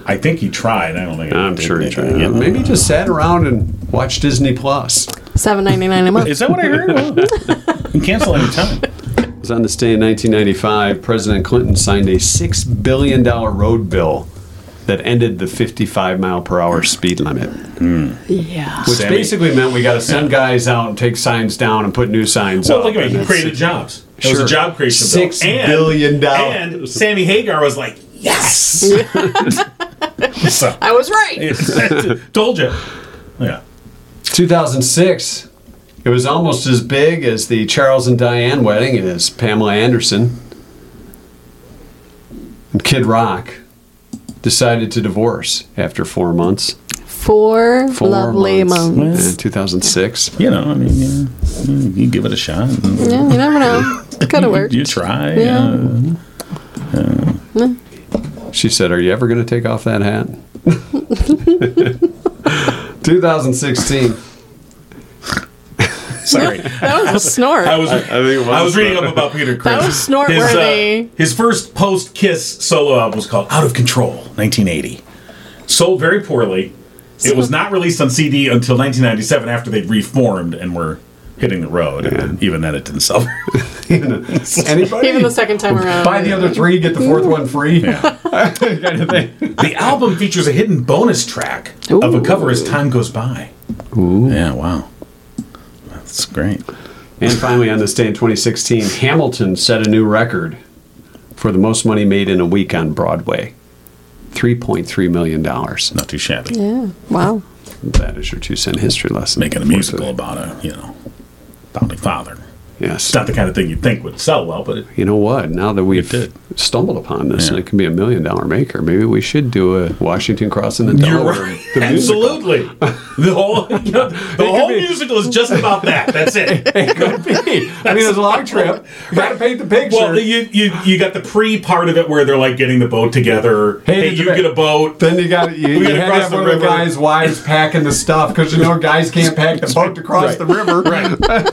[SPEAKER 4] I think he tried. I don't think
[SPEAKER 1] I'm sure he
[SPEAKER 4] he
[SPEAKER 1] tried. Maybe he just sat around and watched Disney Plus. It
[SPEAKER 3] Seven ninety nine a month.
[SPEAKER 4] Is that what I heard? [laughs] Well, you can cancel any time.
[SPEAKER 1] was on this day in 1995, President Clinton signed a six billion dollar road bill that ended the 55 mile per hour speed limit,
[SPEAKER 3] yeah.
[SPEAKER 1] which
[SPEAKER 4] Sammy.
[SPEAKER 1] basically meant we got to send guys out and take signs down and put new signs
[SPEAKER 4] So
[SPEAKER 1] up.
[SPEAKER 4] look at me. He
[SPEAKER 1] That's-
[SPEAKER 4] created jobs. It was
[SPEAKER 1] Sure.
[SPEAKER 4] a job creation bill.
[SPEAKER 1] Six billion dollars.
[SPEAKER 4] And Sammy Hagar was [laughs] like, yes. So,
[SPEAKER 3] I was right.
[SPEAKER 4] told you. Yeah.
[SPEAKER 1] 2006. It was almost as big as the Charles and Diane wedding. It is Pamela Anderson and Kid Rock decided to divorce after four months.
[SPEAKER 3] Four,
[SPEAKER 1] Four
[SPEAKER 3] lovely months.
[SPEAKER 1] In 2006.
[SPEAKER 4] You know, I mean, you, you give it a shot. and
[SPEAKER 3] Yeah, you never know.
[SPEAKER 1] [laughs]
[SPEAKER 3] Could have worked.
[SPEAKER 4] You try.
[SPEAKER 3] Yeah.
[SPEAKER 4] uh,
[SPEAKER 1] She said, Are you ever going to take off that hat? [laughs] 2016.
[SPEAKER 4] Sorry.
[SPEAKER 3] That was a snort.
[SPEAKER 4] I was I, was reading up about Peter Chris.
[SPEAKER 3] That was snort-worthy.
[SPEAKER 4] His, uh, his first post-Kiss solo album was called Out of Control, 1980. Sold very poorly. It was not released on CD until 1997 after they'd reformed and were hitting the road. And even then, it didn't sell. [laughs] very well.
[SPEAKER 1] [laughs] Anybody?
[SPEAKER 3] Even the second time around.
[SPEAKER 1] Buy the other three, get the fourth one
[SPEAKER 3] [laughs]
[SPEAKER 1] free. kind of thing.
[SPEAKER 4] the album features a hidden bonus track of a cover as time goes by. Yeah, wow. That's great.
[SPEAKER 1] And finally, on this day in 2016, Hamilton set a new record for the most money made in a week on Broadway. $3.3 million.
[SPEAKER 4] Not too shabby.
[SPEAKER 3] Yeah. Wow.
[SPEAKER 1] That is your two cent history lesson.
[SPEAKER 4] Making a musical about a, you know, founding father.
[SPEAKER 1] Yes.
[SPEAKER 4] It's not the kind of thing you'd think would sell well, but it
[SPEAKER 1] You know what? Now that we've
[SPEAKER 4] did.
[SPEAKER 1] stumbled upon this
[SPEAKER 4] Yeah.
[SPEAKER 1] and it can be a million dollar maker, maybe we should do a Washington Crossing the
[SPEAKER 4] You're
[SPEAKER 1] Delaware.
[SPEAKER 4] right.
[SPEAKER 1] the musical.
[SPEAKER 4] [laughs] Absolutely. The whole [laughs] you know, the whole musical is just about that. That's [laughs] it.
[SPEAKER 1] It [laughs] could be. I mean, it's a long trip. You got to paint the picture.
[SPEAKER 4] Well, you, you you got the pre part of it where they're like getting the boat together. Hey,
[SPEAKER 1] Hey, did
[SPEAKER 4] you
[SPEAKER 1] you make-
[SPEAKER 4] get a [laughs] boat.
[SPEAKER 1] then you got you,
[SPEAKER 4] We
[SPEAKER 1] you
[SPEAKER 4] gotta
[SPEAKER 1] had to
[SPEAKER 4] cross
[SPEAKER 1] have
[SPEAKER 4] the
[SPEAKER 1] one of the
[SPEAKER 4] river.
[SPEAKER 1] guys' wives packing the stuff because you know guys can't pack the boat to cross
[SPEAKER 4] Right.
[SPEAKER 1] the river.
[SPEAKER 4] Right.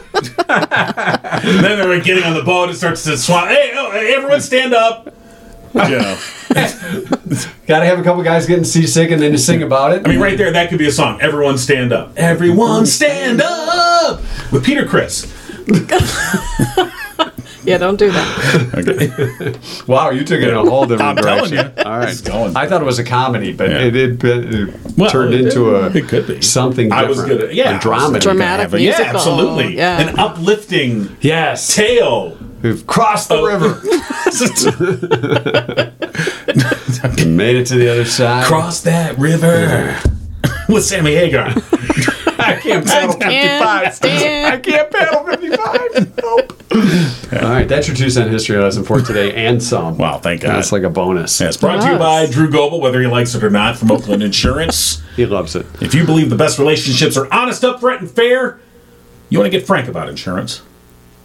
[SPEAKER 4] then they're getting on the boat. It starts to swamp. Hey, oh, hey, everyone, stand up. You know,
[SPEAKER 1] Got to have a couple guys getting seasick and then you sing about it.
[SPEAKER 4] I mean, right there, that could be a song. Everyone, stand up. Everyone, stand up with Peter Chris.
[SPEAKER 3] Yeah, don't do
[SPEAKER 1] [laughs]
[SPEAKER 3] that.
[SPEAKER 1] Wow, you took it in a whole different
[SPEAKER 4] I'm telling
[SPEAKER 1] direction.
[SPEAKER 4] you.
[SPEAKER 1] All right,
[SPEAKER 4] It's going.
[SPEAKER 1] I thought it was a comedy, but
[SPEAKER 4] Yeah.
[SPEAKER 1] it, it, it turned
[SPEAKER 4] it-
[SPEAKER 1] into a
[SPEAKER 4] it could be.
[SPEAKER 1] something.
[SPEAKER 4] I was
[SPEAKER 1] different.
[SPEAKER 4] gonna- yeah, I
[SPEAKER 1] a
[SPEAKER 4] was
[SPEAKER 1] drama.
[SPEAKER 3] Dramatic
[SPEAKER 4] Have a-
[SPEAKER 3] musical.
[SPEAKER 4] Yeah, absolutely.
[SPEAKER 3] Yeah.
[SPEAKER 4] An uplifting
[SPEAKER 1] Yes,
[SPEAKER 4] [laughs] tale.
[SPEAKER 1] we've crossed the river, made it to the other side.
[SPEAKER 4] Cross that river [laughs] with Sammy Hagar.
[SPEAKER 1] [laughs] I can't paddle
[SPEAKER 3] And
[SPEAKER 1] 55.
[SPEAKER 3] stand.
[SPEAKER 1] I can't paddle 55. Nope. All right, that's your two cent history lesson for today and some.
[SPEAKER 4] Wow, thank God.
[SPEAKER 1] That's like a bonus.
[SPEAKER 4] Yes, brought to you by
[SPEAKER 3] Nice.
[SPEAKER 4] Drew Goble, whether he likes it or not, from Oakland Insurance.
[SPEAKER 1] He loves it.
[SPEAKER 4] If you believe the best relationships are honest, upfront, and fair, you want to get frank about insurance.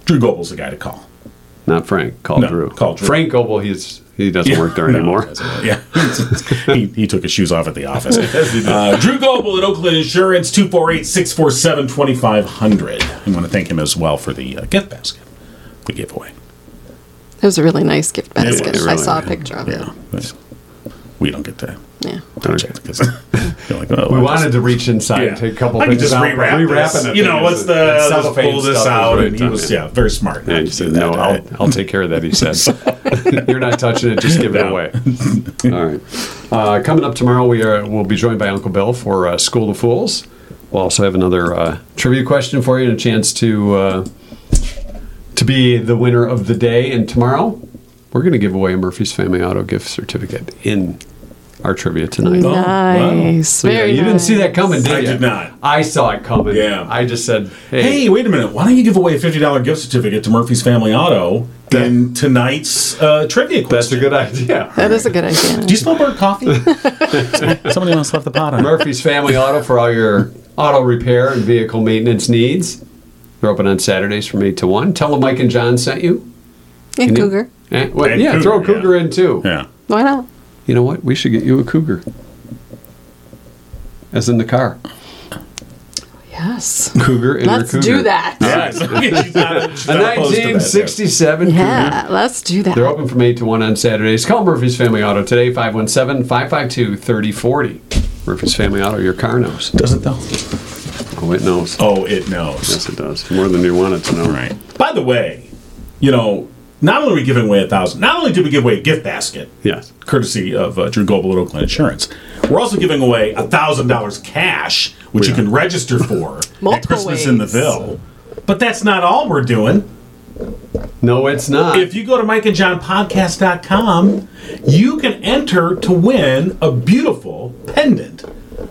[SPEAKER 4] Drew Goble's the guy to call.
[SPEAKER 1] Not Frank. Call
[SPEAKER 4] No,
[SPEAKER 1] Drew.
[SPEAKER 4] call Drew.
[SPEAKER 1] Frank Goble. He's he doesn't work there
[SPEAKER 4] [laughs] No,
[SPEAKER 1] anymore.
[SPEAKER 4] Yeah, [laughs] he, he took his shoes off at
[SPEAKER 1] [laughs]
[SPEAKER 4] the office. Uh, Drew Goble at Oakland Insurance, 248-647-2500. I want to thank him as well for the uh, gift basket we gave away.
[SPEAKER 3] It was a really nice gift
[SPEAKER 4] was,
[SPEAKER 3] basket. I
[SPEAKER 1] really.
[SPEAKER 3] saw a picture of it.
[SPEAKER 4] Yeah, but we don't get to
[SPEAKER 3] Yeah.
[SPEAKER 4] touch it because you're like, oh,
[SPEAKER 1] We
[SPEAKER 4] I
[SPEAKER 1] wanted to reach inside
[SPEAKER 4] Yeah.
[SPEAKER 1] and take a couple
[SPEAKER 4] I could
[SPEAKER 1] things
[SPEAKER 4] just
[SPEAKER 1] out.
[SPEAKER 4] rewrap
[SPEAKER 1] but
[SPEAKER 4] this.
[SPEAKER 1] Rewrapping it
[SPEAKER 4] You know,
[SPEAKER 1] is-
[SPEAKER 4] what's
[SPEAKER 1] that
[SPEAKER 4] the let's
[SPEAKER 1] cellophane
[SPEAKER 4] pull this
[SPEAKER 1] stuff is
[SPEAKER 4] out?
[SPEAKER 1] really
[SPEAKER 4] And he
[SPEAKER 1] tough.
[SPEAKER 4] was yeah, very smart. not
[SPEAKER 1] And he
[SPEAKER 4] to do
[SPEAKER 1] said,
[SPEAKER 4] that.
[SPEAKER 1] "No,
[SPEAKER 4] I-
[SPEAKER 1] I'll, I'll take care of that." He
[SPEAKER 4] [laughs]
[SPEAKER 1] said, "You're not touching it. Just give it
[SPEAKER 4] No. [laughs]
[SPEAKER 1] away." All right. Uh, coming up tomorrow, we are we'll be joined by Uncle Bill for uh, School of Fools. We'll also have another uh, trivia question for you and a chance to uh, to be the winner of the day. And tomorrow, we're going to give away a Murphy's Family Auto gift certificate in our trivia tonight.
[SPEAKER 3] Nice.
[SPEAKER 1] Oh, So, yeah,
[SPEAKER 3] Very
[SPEAKER 1] you didn't see that coming, did
[SPEAKER 4] I
[SPEAKER 1] you?
[SPEAKER 4] did not.
[SPEAKER 1] I saw it coming.
[SPEAKER 4] Yeah.
[SPEAKER 1] I just said,
[SPEAKER 4] Hey, wait a minute. Why don't you give away a $50 gift certificate to Murphy's Family Auto in tonight's uh, trivia question?
[SPEAKER 1] that's a good
[SPEAKER 4] [laughs]
[SPEAKER 1] idea."
[SPEAKER 3] That is a good idea.
[SPEAKER 4] Do you smell burnt coffee? Somebody else left the pot on.
[SPEAKER 1] Murphy's Family Auto for all your auto repair and vehicle maintenance needs. They're open on Saturdays from 8 to 1. Tell them Mike and John sent you.
[SPEAKER 3] Yeah,
[SPEAKER 1] you-
[SPEAKER 3] cougar.
[SPEAKER 1] Eh, well,
[SPEAKER 4] And
[SPEAKER 1] yeah,
[SPEAKER 4] cougar,
[SPEAKER 1] throw a
[SPEAKER 4] yeah.
[SPEAKER 1] cougar in too.
[SPEAKER 7] Yeah.
[SPEAKER 3] Why not?
[SPEAKER 1] You know what? We should get you a cougar. As in the car.
[SPEAKER 3] Yes.
[SPEAKER 1] Cougar and her
[SPEAKER 3] Let's
[SPEAKER 1] cougar.
[SPEAKER 3] do that.
[SPEAKER 4] [laughs] Yeah, so she's not, she's
[SPEAKER 1] A
[SPEAKER 4] not opposed to that, yeah.
[SPEAKER 1] 1967 cougar.
[SPEAKER 3] Yeah, let's do that.
[SPEAKER 1] They're open from 8 to 1 on Saturdays. Call Murphy's Family Auto today, 517 552 3040. Murphy's Family Auto, your car knows.
[SPEAKER 7] Does it though?
[SPEAKER 1] Oh, it knows.
[SPEAKER 4] Oh, it knows.
[SPEAKER 1] Yes, it does. More than you want it to know.
[SPEAKER 7] Right.
[SPEAKER 4] By the way, you know, not only are we giving away a thousand, not only did we give away a gift basket,
[SPEAKER 1] Yes.
[SPEAKER 4] courtesy of uh, Drew Goble at Oakland Insurance, we're also giving away a thousand dollars cash, which you can register
[SPEAKER 3] [laughs]
[SPEAKER 4] for at
[SPEAKER 3] Multiple
[SPEAKER 4] Christmas in the
[SPEAKER 3] ways.
[SPEAKER 4] Ville. But that's not all we're doing.
[SPEAKER 1] No, it's not.
[SPEAKER 4] If you go to mikeandjohnpodcast.com, you can enter to win a beautiful pendant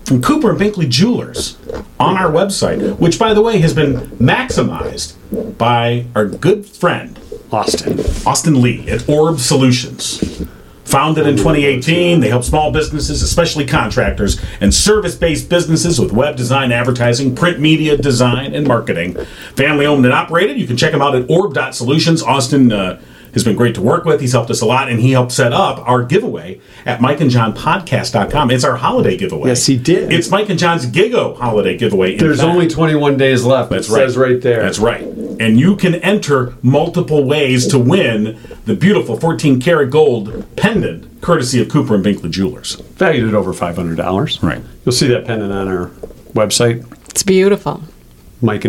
[SPEAKER 4] from Cooper and Binkley Jewelers on our website, which, by the way, has been maximized by our good friend
[SPEAKER 1] Austin.
[SPEAKER 4] Austin Lee at Orb Solutions. Founded in 2018, they help small businesses, especially contractors and service based businesses with web design, advertising, print media design, and marketing. Family owned and operated. You can check them out at orb.solutions. Austin uh, has been great to work with. He's helped us a lot, and he helped set up our giveaway at mikeandjohnpodcast.com. It's our holiday giveaway.
[SPEAKER 2] Yes, he did.
[SPEAKER 4] It's Mike and John's Gigo holiday giveaway. in
[SPEAKER 1] There's
[SPEAKER 4] fact.
[SPEAKER 1] only 21 days left.
[SPEAKER 4] That's
[SPEAKER 1] it
[SPEAKER 4] right.
[SPEAKER 1] says right there.
[SPEAKER 4] That's right. And you can enter multiple ways to win the beautiful 14 karat gold pendant, courtesy of Cooper and Binkley Jewelers.
[SPEAKER 1] Valued at over $500.
[SPEAKER 7] Right.
[SPEAKER 1] You'll see that pendant on our website,
[SPEAKER 3] It's beautiful.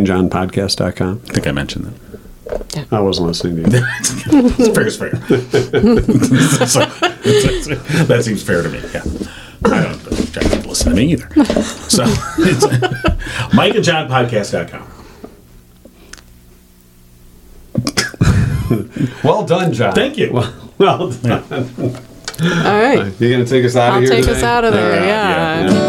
[SPEAKER 1] mikeandjohnpodcast.com.
[SPEAKER 7] I think I mentioned that.
[SPEAKER 1] I wasn't listening to you.
[SPEAKER 4] It's fair is fair. [laughs] So, that seems fair to me. Yeah. I don't think Jack would listen to me either. So it's [laughs] mikeandjohnpodcast.com.
[SPEAKER 1] [laughs] well done, John.
[SPEAKER 4] Thank you.
[SPEAKER 1] Well, well done.
[SPEAKER 3] All right.
[SPEAKER 1] You're going to take us out
[SPEAKER 3] I'll
[SPEAKER 1] of here
[SPEAKER 3] take
[SPEAKER 1] today?
[SPEAKER 3] us out of there.
[SPEAKER 1] All right.
[SPEAKER 3] yeah.
[SPEAKER 1] Yeah.